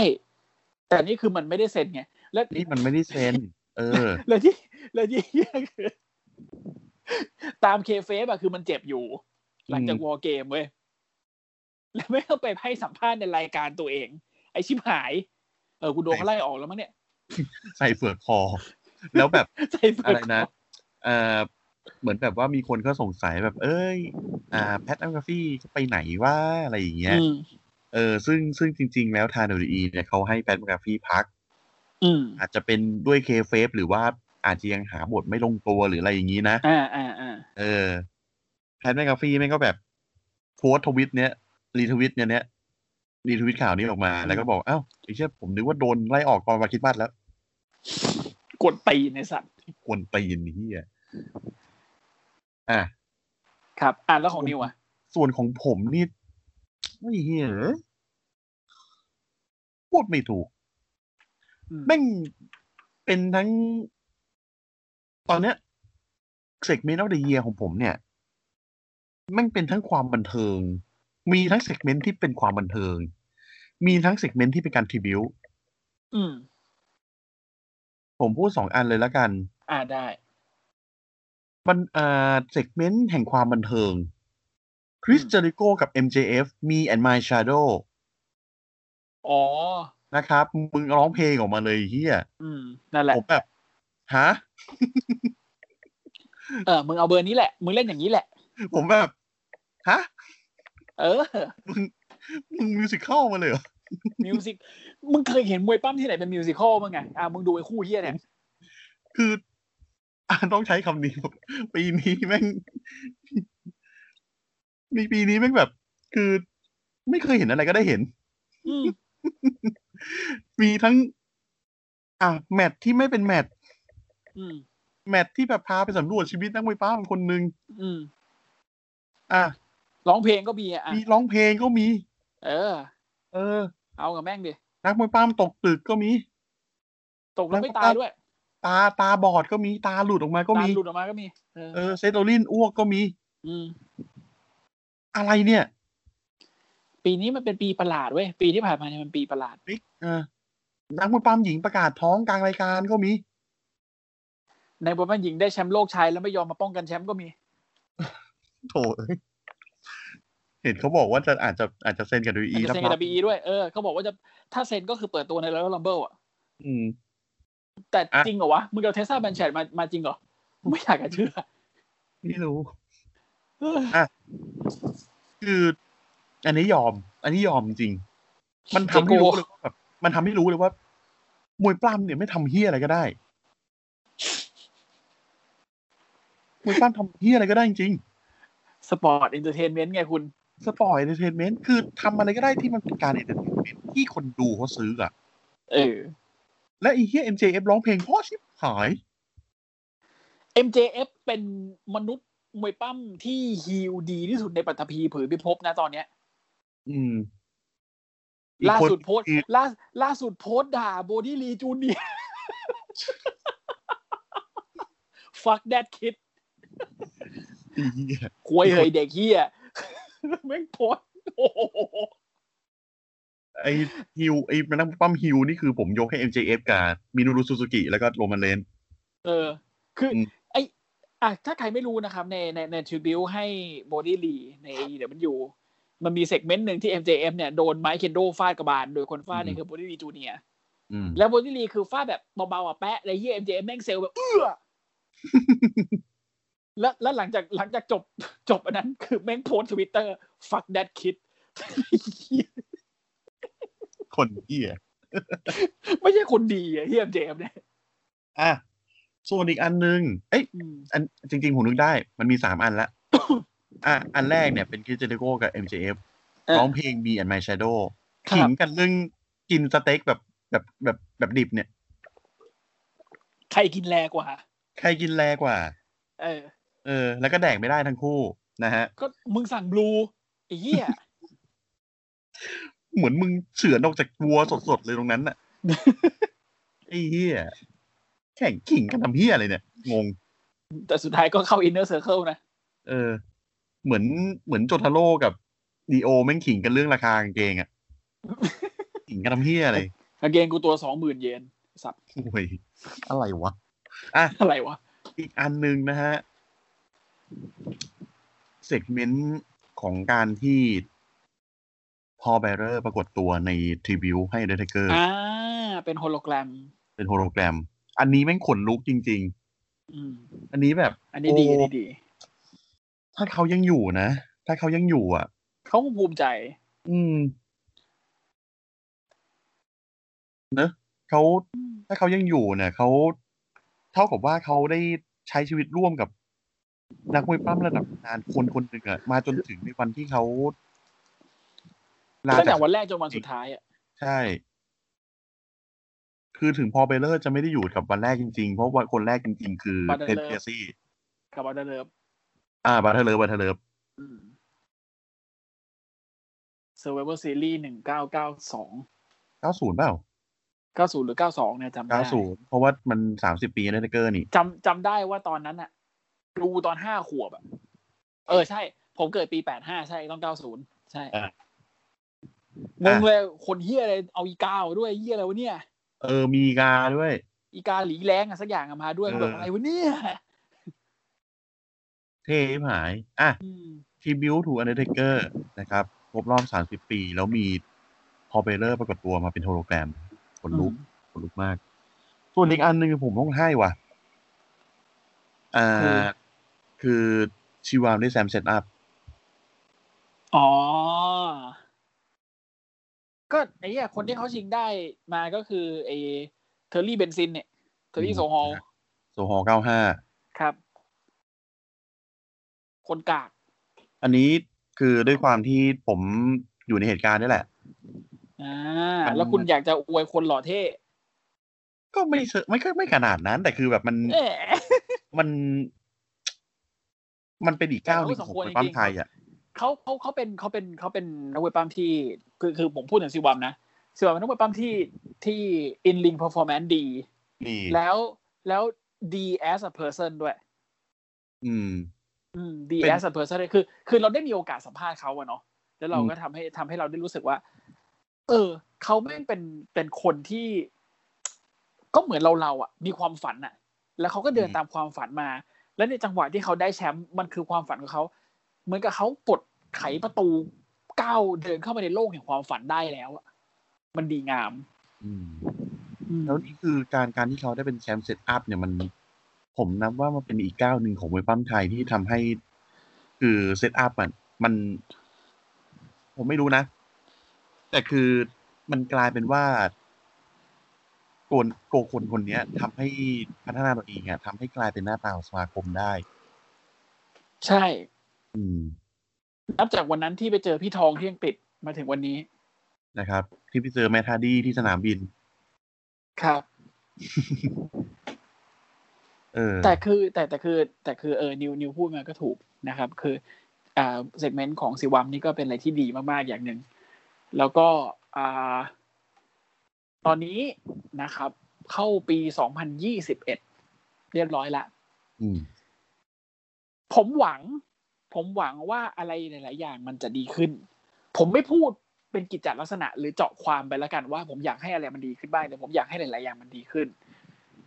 C: แต่นี่คือมันไม่ได้เซ็นไงและ
B: นี่มันไม่ได้เซ็น เออ
C: แล้วที่แล้วที่เหี้ยคือตามเคเฟสอะคือมันเจ็บอยู่ หลังจากวอลเกมเว้ย แล้วไม่ต้องไปให้สัมภาษณ์ในรายการตัวเอง ไอชิบหาย เออกูโดนเขาไล่ออกแล้วมั้งเนี่ย
B: ใส่เฟือกคอ แล้วแบบ
C: ใจเปิ
B: อะ
C: ด
B: ไรนะเออเหมือนแบบว่ามีคนก็สงสัยแบบ เอ้ย อ่าแพทแอมกาฟี่ไปไหนว่าอะไรอย่างเงี้ย
C: อืม เ
B: เออซึ่งซึ่งจริง ๆ แล้วทาง WWE เนี่ยเขาให้แพทแมคกาฟี่พัก
C: อืม
B: อาจจะเป็นด้วยเคเฟฟหรือว่าอาจจะยังหาบทไม่ลงตัวหรืออะไรอย่างนี้นะ
C: อ่าอ่าอ่า
B: เออแพทแมคกาฟี่แม่งก็แบบโพสต์ทวิตเนี้ยรีทวิตเนี้ยเนี้ยรีทวิตข่าวนี้ออกมา แล้วก็บอกอ้าวไอ้เชี่ยผมนึกว่าโดนไล่ออกตอนวันคริดบัตแล้ว
C: กดตีนในสัตว์
B: กวนตีนนี่อ่ะอ่ะ
C: ครับ อ่าแล้วของนิวอะ
B: ส่วนของผมนี่ไม่เหี้ยพูดไม่ถูก
C: อืม
B: แม่งเป็นทั้ง ตอนเนี้ยเซกเมนต์ of the year ของผมเนี่ยแม่งเป็นทั้งความบันเทิง มีทั้งเซกเมนต์ที่เป็นความบันเทิง มีทั้งเซกเมนต์ที่เป็นการทีบิว
C: อืม
B: ผมพูดสองอันเลยละกัน
C: อ่าได้
B: มันอ่าเซกเมนต์แห่งความบันเทิงคริสเจริโกกับ MJF มี and my shadow
C: อ๋อ
B: นะครับ มึงร้องเพลงออกมาเลยเฮีย
C: อืม นั่นแหละ
B: ผมแบบ ฮะ
C: เออ มึงเอาเบอร์นี้แหละ มึงเล่นอย่างนี้แหละ
B: ผมแบบ ฮะ
C: เออ
B: มึงมิวสิคลมาเลยเหรอ
C: มิวสิก มึงเคยเห็นมวยปั้มที่ไหนเป็นมิวสิคอลบ้างไงอ่ามึงดูไอ้คู่เฮียเนี่ย
B: คือ อ่ะต้องใช้คำนี้ ปีนี้แม่ง มีปีนี้แม่งแบบ คือ ไม่เคยเห็นอะไรก็ได้เห็น
C: อืม
B: มีทั้ง อ่ะแมทที่ไม่เป็นแมท
C: อืม
B: แมทที่แบบพาไปสำรวจชีวิตนักมวยป้ามคนหนึ่ง
C: อืม
B: อ่ะ
C: ร้องเพลงก็มีอะอ่ะ
B: มีร้องเพลงก็มี
C: เออ
B: เออ
C: เอากับแม่งดิ
B: นักมวยป้ามตกตึกก็มี
C: ตกแล้วไม่
B: แล้วก็
C: ตายด้วย
B: ตาตาบอดก็มีตาหลุดออกมาก็
C: ตา
B: มี
C: หลุดออกมาก็มี เออ
B: เออเซโตลินอ้วกก็มี
C: อืม
B: อะไรเนี่ย
C: ปีนี้มันเป็นปีประหลาดเว้ยปีที่ผ่านมาเนี่ยมันปีประหลาด
B: เออนักมวยปล้ำหญิงประกาศท้องกลางรายการก็มี
C: ในบอลบ้านหญิงได้แชมป์โลกชายแล้วไม่ยอมมาป้องกันแชมป์ก็มี
B: โถเอ้ยเห็นเขาบอกว่าจะอาจจะอาจจะเซ็นกับดูอี
C: อาจจะ
B: แล้ว
C: เซ็
B: ค
C: นกับ
B: รับ
C: WWE ด้วย เออเขาบอกว่าจะถ้าเซ็นก็คือเปิดตัวใน Royal Rumble อ่ะ
B: อืม
C: แต่
B: อ่ะ
C: จริงเหรอวะ มึงเอาเทสซาแบนแชดมามาจริงเหรอ ไม่อยากจะเชื่อ
B: ไม่รู้
C: เออ
B: คือ อันนี้ยอม อันนี้ยอมจริง มันทำให้รู้เลยว่าแบบมันทำให้รู้เลยว่า มวยปล้ำเนี่ยไม่ทำเฮี้ยอะไรก็ได้ มวยปล้ำทำเฮี้ยอะไรก็ได้จริง
C: สปอร์ตเอนเตอร์เทนเมนต์ไงคุณ
B: สปอร์ตเอนเตอร์เทนเมนต์คือทำอะไรก็ได้ที่มันเป็นการเอนเตอร์เทนเมนต์ที่คนดูเขาซื้ออะ
C: เออ
B: และไอ้เฮี้ย MJF ร้องเพลงเพราะชิบหาย
C: MJF เป็นมนุษย์มวยปั้มที่ฮิลดีที่สุดในปฐพีผืนพิภพนะตอนเนี้ย
B: อืม
C: ล่าสุดโพสต์ล่าล่าสุดโพสต์ด่าโบดี้ลีจูเนีย fuck that kid
B: อีกคนอีเหี้ย
C: ควยเหยเด็กเฮีย แม่งโพสต์โอ้โห
B: ไอฮิวไอมันนั่งปั้มฮิวนี่คือผมยกให้ MJF กับมินูรุซูซูกิแล้วก็โรมันเลน
C: เออ คืออ
B: ม
C: ไออ่ะถ้าใครไม่รู้นะครับ ในในในทิวบิวให้โบดี้ลีในเดี๋ยวมันอยู่ มันมีเซกเมนต์หนึ่งที่ MJF เนี่ยโดนไมค์เคนโดฟาดกระบาล โดยคนฟาดเนี่ยคือโบดี้ลีจูเนีย
B: อืม
C: แล้วโบดี้ลีคือฟาดแบบเบาๆอ่ะแปะเลยเฮียเอ็มเจแม่งเซลลแบบเอื้ อ แล้วแล้วหลังจากหลังจากจบ จบอันนั้นคือแม่งโพสทวิตเตอร์ fuck that kid
B: คนเอี้ย
C: ไม่ใช่คนดีอะเฮียเอ็มเจเนี่ย
B: อ่ะส่วนอีกอันหนึง เอ้ย
C: อืม
B: อันจริง ๆ ผมนึกได้มันมีสามอันละ อ่ะ อันแรกเนี่ยเป็นคริสเจนโกกับ MJF
C: เออ
B: ร้องเพลง Me and My Shadow
C: ครับ
B: ขิงกันเรื่องกินสเต็กแบบแบบแบบแบบดิบเนี่ย
C: ใครกินแรงกว่า
B: ใครกินแรงกว่า
C: เออ
B: เออ แล้วก็แดกไม่ได้ทั้งคู่นะฮะ
C: ก็มึงสั่งบลูไอ้เหี้ย
B: เหมือนมึงเฉือนออกจากวัวสดๆเลยตรงนั้นน่ ะ ไอ้เหี้ยแข่งขิงกันทำเหี้ยอะไรเนี่ย งง
C: แต่สุดท้ายก็เข้าอินเนอร์เซอร์เคิลนะ
B: เออ เหมือนเหมือนโจทาโร่กับดีโอแม่งขิงกันเรื่องราคากางเกง อะ่ะ ขิงกันทำเหี้ยอะไร
C: กางเกงกูตัวสองหมื่นเยนสับ
B: โอ้ยอะไรวะ
C: อะไรวะ
B: อีกอันหนึ่งนะฮะเซกเมนต์ของการที่พอแบเรอร์ปรากฏตัวในทริบิวให้เดทเกอร์
C: อ่า เป็นโฮโลแกรม
B: เป็นโฮโลแกรม อันนี้แม่งขนลุกจริง
C: อืม
B: ๆ อันนี้แบบ
C: อันนี้ดีอัน
B: โ
C: นี้ดี
B: ถ้าเขายังอยู่นะ ถ้าเขายังอยู่อ่ะ
C: เขาคงภูมิใจ
B: อืม เนอะเขาถ้าเขายังอยู่เนี่ยเขาเท่ากับว่าเขาได้ใช้ชีวิตร่วมกับ นักมวยปล้ำระดับนานคนคนหนึ่งอะมาจนถึงในวันที่เขาลา
C: ตั้ง
B: จา
C: แต่
B: ก
C: วันแรกจนวันสุดท้ายอ่ะ
B: ใช่ คือถึงพอเบลเลอร์จะไม่ได้อยู่กับวันแรกจริงๆ เพราะว่าคนแรกจริงๆ คือ
C: Butler
B: เทนเทซี่
C: กับบอลเดิม
B: อ่าบาเทเลอร์บาเทเลอร์
C: เซอร์ไวเวอร์ซีรีส์หนึ่งเก้าเก้าสอง
B: เก้าศูนย์เปล่า
C: เก้าศูนย์หรือเก้าสองเนี่ยจำได้
B: เก้าศูนย์เพราะว่ามันสามสิบปีนะเทเกอร์นี่
C: จำจำได้ว่าตอนนั้นอะดูตอนห้าขวบอะเออใช่ ผมเกิดปีแปดห้าใช่ต้องเก้าศูนย์ใช่
B: อ่ะ
C: งงเลยคนเฮียอะไรเอาอีกามาด้วยเฮียอะไรวะเนี่ย
B: เออมีกาด้วย
C: อีกาหลีแรงอะสักอย่างอะมาด้วย
B: เออ
C: แบบอะไรวะเนี่ย
B: เท่ชิบหาย อ่ะ
C: อืม
B: ทีบิวถูอันเดอร์เทเกอร์นะครับครบรอบ 30 ปี แล้วมีพอเบเลอร์ปรากฏตัวมาเป็นโฮโลแกรมขนลุกขนลุกมาก ส่วนอีกอันหนึ่งผมต้องให้ว่ะ อ่า คือชิวามได้แซมเซตอัพ
C: อ๋อ ก็ไอ้เนี่ยคนที่เขาชิงได้มาก็คือไอ้เทอร์รี่เบนซินเนี่ยเทอร์รี่โซฮอล
B: โซฮอล95
C: ครับ คนกาก
B: อันนี้คือด้วยความที่ผมอยู่ในเหตุการณ์นี่แหละ
C: อ่า
B: มัน
C: แล้วคุณอยากจะอวยคนหล่อเท่
B: ก็ไม่เชิงไม่ก็ไม่ขนาดนั้น แต่คือแบบมัน
C: เอ๊ะ
B: มัน มันเป็นอีกก้าวหนึ่งของ
C: สมควร
B: คนปั้ม
C: จริงๆ
B: ไทยอ่ะ
C: เขาเขาเขาเป็นเขาเป็นเขาเป็นนักมวยปล้ำที่ คือคือผมพูดถึงซิวัมนะซิวัมเป็นนักมวยปล้ำที่ที่อินลิงเพอร์ฟอร์แมนซ์ดี
B: นี่
C: แล้วแล้วดี as a person ด้วย
B: อืม
C: อืมดี
B: เป็น
C: as a person ด้วยคือ คือเราได้มีโอกาสสัมภาษณ์เขาอะเนาะ แล้วเราก็ทำให้ทำให้เราได้รู้สึกว่า เออ เขาไม่งเป็นเป็นคนที่ ก็เหมือนเราเราๆอ่ะ มีความฝันอ่ะ แล้วเขาก็เดิน
B: อืม
C: ตามความฝันมา แล้วในจังหวะที่เขาได้แชมป์มันคือความฝันของเขา เหมือนกับเขาปลดไขประตูก้าวเดินเข้าไปในโลกแห่งความฝันได้แล้วอะมันดีงาม
B: อืม
C: อืม
B: แล้วนี่คือการการที่เขาได้เป็นแชมป์เซตอัพเนี่ยมัน ผมนับว่ามันเป็นอีกก้าวหนึ่งของมวยปั้มไทยที่ทำให้ คือเซตอัพมันมัน ผมไม่รู้นะ แต่คือมันกลายเป็นว่าคนโกคนคนเนี้ยทำให้พัฒนาตัวเองอะทำให้กลายเป็นหน้าตาของสมาคมได้
C: ใช่
B: อืม
C: นับจากวันนั้นที่ไปเจอพี่ทองที่อังกฤษมาถึงวันนี้
B: นะครับ ที่พี่เจอแมททาดี้ที่สนามบิน
C: ครับ
B: เออ
C: แต่คือแต่แต่คือแต่คือเออนิวนิวพูดมาก็ถูกนะครับ คืออ่าเซกเมนต์ของสิวัมนี่ก็เป็นอะไรที่ดีมาก ๆ อย่างหนึ่ง แล้วก็อ่าตอนนี้นะครับ เข้าปี 2021 เรียบร้อยละ
B: อืม
C: ผมหวัง ผมหวังว่าอะไรหลาย ๆ อย่างมันจะดีขึ้น ผมไม่พูดเป็นกิจจลักษณะ หรือเจาะความไปแล้วกันว่า ผมอยากให้อะไรมันดีขึ้นบ้างแต่ผมอยากให้หลาย ๆ อย่างมันดีขึ้น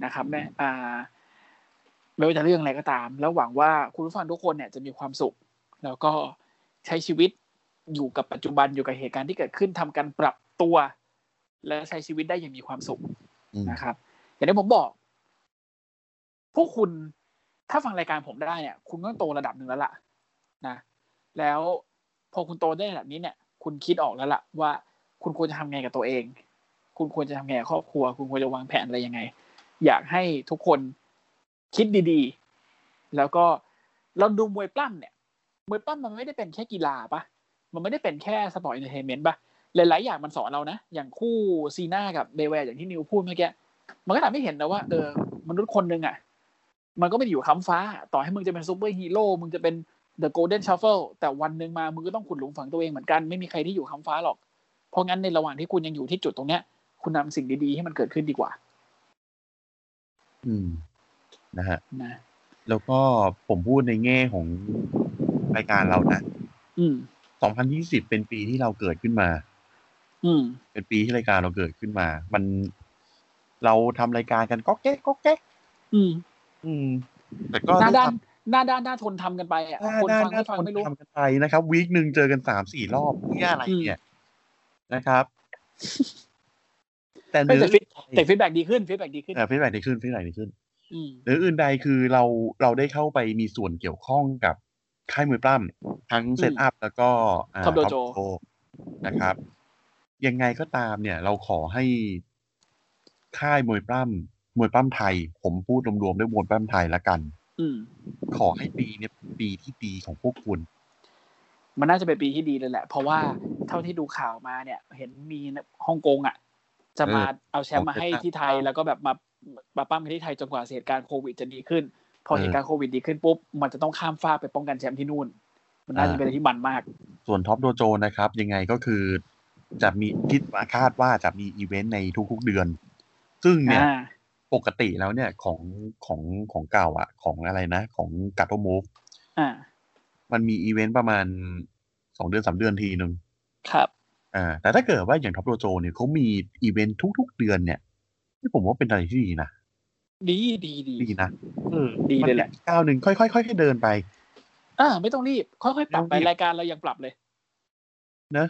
C: นะครับแม่อ่าไม่ว่าจะเรื่องอะไรก็ตาม แล้วหวังว่าคุณผู้ฟังทุกคนเนี่ยจะมีความสุข แล้วก็ใช้ชีวิตอยู่กับปัจจุบันอยู่กับเหตุการณ์ที่เกิดขึ้นทำการปรับตัว และใช้ชีวิตได้อย่างมีความสุข
B: อืม
C: นะครับอย่างที่ผมบอก พวกคุณถ้าฟังรายการผมได้เนี่ย คุณต้องโตระดับหนึ่งแล้วล่ะนะแล้วพอคุณโตได้ระดับนี้เนี่ย คุณคิดออกแล้วล่ะว่าคุณควรจะทำไงกับตัวเอง คุณควรจะทำไงกับครอบครัว คุณควรจะวางแผนอะไรยังไง อยากให้ทุกคนคิดดีๆ แล้วก็เราดูมวยปล้ำเนี่ย มวยปล้ำมันไม่ได้เป็นแค่กีฬาปะมันไม่ได้เป็นแค่สปอร์ตเอนเตอร์เทนเมนต์ปะ หลาย ๆ อย่างมันสอนเรานะ อย่างคู่ซีน่ากับเบเวร์อย่างที่นิวพูดเมื่อกี้ มันก็ทำให้เห็นนะว่า เออ มนุษย์คนหนึ่งอ่ะ มันก็ไม่ได้อยู่ค้ำฟ้า ต่อให้มึงจะเป็นซูเปอร์ฮีโร่ มึงจะเป็นเดอะโกลเด้นชัฟเฟิล แต่วันหนึ่งมา มึงก็ต้องขุดหลุมฝังตัวเองเหมือนกัน ไม่มีใครที่อยู่ค้ำฟ้าหรอก เพราะงั้นในระหว่างที่คุณยังอยู่ที่จุดตรงเนี้ย คุณนำสิ่งดี ๆ ให้มันเกิดขึ้นดีกว่า
B: อืม นะฮะ
C: นะ
B: แล้วก็ผมพูดในแง่ของรายการเรานะ
C: อืม
B: 2020 เป็นปีที่เราเกิดขึ้นมา
C: อืม
B: เป็นปีที่รายการเราเกิดขึ้นมา มันเราทำรายการกันก็แก๊กก็แก๊ก
C: อืม
B: อืม แต่ก็
C: หน้าด้าน
B: ทำ
C: หน้าด้านหน้าทนทำกันไปอ่ะ
B: หน้า
C: คน
B: ด้าน
C: ฟัง
B: ด้า
C: ไม่
B: นคน
C: ฟังไม่รู้
B: ทำกันไปนะครับ วีคหนึ่งเจอกันสามสี่รอบเนี่ยอะไรเนี่ย นะครับ แต่เห
C: ไม่
B: นื้อ
C: แต่ฟีดแต่ฟีดแบ็ดีขึ้นฟีดแบ็ดีขึ้น
B: เออฟีดแบ็กดีขึ้นฟีดแบ็กดีขึ้น
C: อืม
B: หรืออื่นใดคือเราเราได้เข้าไปมีส่วนเกี่ยวข้องกับค่ายมวยปล้ำทั้งเซตอัพแล้วก็า
C: Top Dojo
B: Top Dojo นะครับ ยังไงก็ตามเนี่ย เราขอให้ค่ายมวยปล้ำมวยปล้ำไทย ผมพูดรวมๆด้วยมวยปล้ำไทยละกัน
C: อืม
B: ขอให้ปีเนี่ยเป็นปีที่ดีของพวกคุณ
C: มันน่าจะเป็นปีที่ดีเลยแหละ เพราะว่าเท่าที่ดูข่าวมาเนี่ย เห็นมีฮ่องกงอ่ะ จะมาเอาแชมป์มาให้ที่ไทย แล้วก็แบบมามาปั้มกันที่ไทยจนกว่าเหตุการณ์โควิดจะดีขึ้น พอเหตุการณ์โควิดดีขึ้นปุ๊บ มันจะต้องข้ามฟ้ากไปป้องกันแชมป์ที่นู่น มันน่าจะเป็นอะไรที่มันมาก
B: ส่วนท็อปโดโจนะครับ ยังไงก็คือจะมีคิดว่าคาดว่าจะมีอีเวนต์ในทุกๆเดือน ซึ่งเนี่ย
C: อ่า
B: ปกติแล้วเนี่ยของของของเก่าอะของอะไรนะ ของกัตโตมูฟ
C: อ่า
B: มันมีอีเวนต์ประมาณสองเดือนสามเดือนทีหนึ่ง
C: ครับ
B: อ่าแต่ถ้าเกิดว่าอย่างท็อปโดโจเนี่ยเขามีอีเวนต์ทุก ๆ เดือนเนี่ยนี่ผมว่าเป็นอะไรที่ดีนะ
C: ดีดีดี
B: ดีนะ
C: อืมดีเลยแหละ
B: มันป็นก้าวหนึ่งค่อยๆค่อยๆเดินไป
C: อ่า ไม่ต้องรีบ ค่อยๆปรับไป
B: ไม่ต้องรีบ
C: รายการเรายังปรับเลย
B: นะ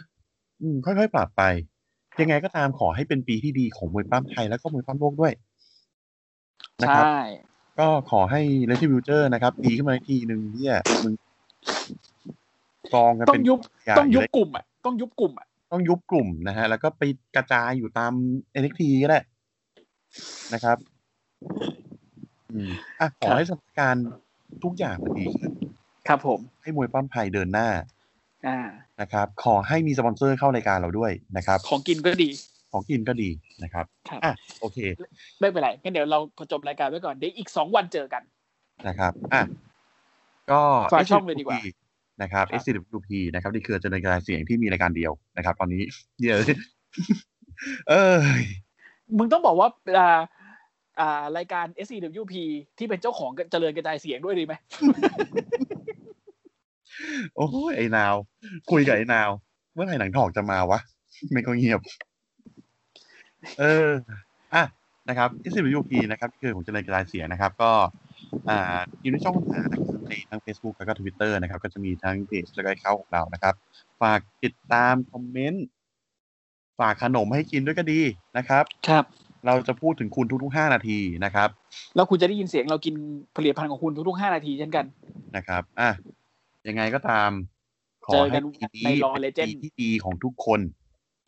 B: อืมค่อยๆปรับไป ยังไงก็ตามขอให้เป็นปีที่ดีของมวยปล้ำไทยแล้วก็มวยปล้ำโลกด้วยนะครับ
C: ใช่
B: ก็ขอให้เลทิวิวเจอร์นะครับดีขึ้นมาอีกทีหนึ่งเนี่ยมึงกองกัน
C: ต้อ
B: เป็
C: ง
B: น
C: ยุบ
B: ใหญ่
C: ต้องยุบ
B: เลย
C: กลุ่มอ่ะ ต้องยุบกลุ่มอ่ะ
B: ต้องยุบกลุ่มนะฮะ แล้วก็ไปกระจายอยู่ตามเอ็นทีก็ได้นะครับ อืมอ่ะขอให้สถานการณ์ทุกอย่างมันดีขึ้น
C: ครับผม
B: ให้มวยปั้มไทยเดินหน้า
C: อ่า
B: นะครับ ขอให้มีสปอนเซอร์เข้ารายการเราด้วยนะครับ
C: ของกินก็ดี
B: ของกินก็ดีนะครับ
C: ครับ
B: อ่ะโอเค
C: ไม่เป็นไร งั้นเดี๋ยวเราจบรายการไว้ก่อน เดี๋ยวอีกสองวันเจอกัน
B: นะครับอ่ะก็
C: ฝากช่องเลยดีกว่า
B: นะครับ s c w p นะครับที่เครือเจริญกระจายเสียงที่มีรายการเดียวนะครับ ตอนนี้ เดี๋ยว เอย
C: มึงต้องบอกว่าอ่าอ่ารายการ SCWP ที่เป็นเจ้าของเจริญกระจายเสียงด้วยดีไหม
B: โอ้ยไอ้นาว คุยกับไอ้นาว เมื่อไหร่หนังถอกจะมาวะ ไม่ก็เงียบ เออ อ่ะนะครับที่สิบยูพีนะครับที่คือของเจริญกระจายเสียงนะครับ ก็ อ่าอยู่ในช่องทางนะครับในทั้ง Facebook แล้วก็ Twitter นะครับ ก็จะมีทั้งเพจแล้วก็เข้าของเรานะครับ ฝากติดตามคอมเมนต์ฝากขนมให้กินด้วยก็ดีนะครับ
C: ครับ
B: เราจะพูดถึงคุณทุกๆ 5 นาทีนะครับ
C: แล้วคุณจะได้ยินเสียงเรากินผลิตภัณฑ์ของคุณทุกๆห้านาทีเช่นกัน
B: นะครับ อ่ะยังไงก็ตามขอให้ปีนี้
C: เจอกันใน Raw
B: เป็น
C: Legend
B: ปีที่ดีของทุกคน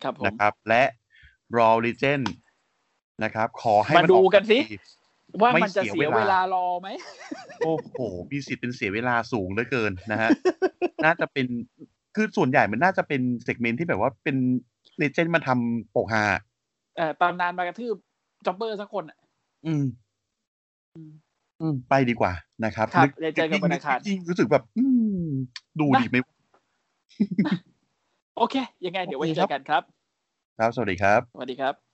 C: ครับผม
B: นะครับ และรอ e ิเจนนะครับ ขอให้
C: มาดูกันสิ
B: ออมาดี
C: ว่า
B: ไม่
C: มันจะ
B: เสีย
C: เสีย
B: เว
C: เว
B: ลา
C: ลารอไหม
B: โอ้โห มีสิทธิ์เป็นเสียเวลาสูงเหลือเกิน นะฮะ น่าจะเป็น คือส่วนใหญ่มันน่าจะเป็นเซกเมนที่แบบว่าเป็นเลเจนด์มาทำปกฮา
C: เอ่อตำนานมากระทืบจ็อบเบอร์สักคนอะ
B: อืม อืม ไปดีกว่านะครับ
C: ครับ
B: ก
C: เดี๋ยวเจอกัน
B: ยิ่ง
C: วันอังคาร
B: ยิ่งรู้สึกแบบ อืม ดูดีไหม
C: โอเค ยังไงเดี๋ยวไว้เจอกันครับ
B: ครับ สวัสดีครับ
C: สวัสดีครับ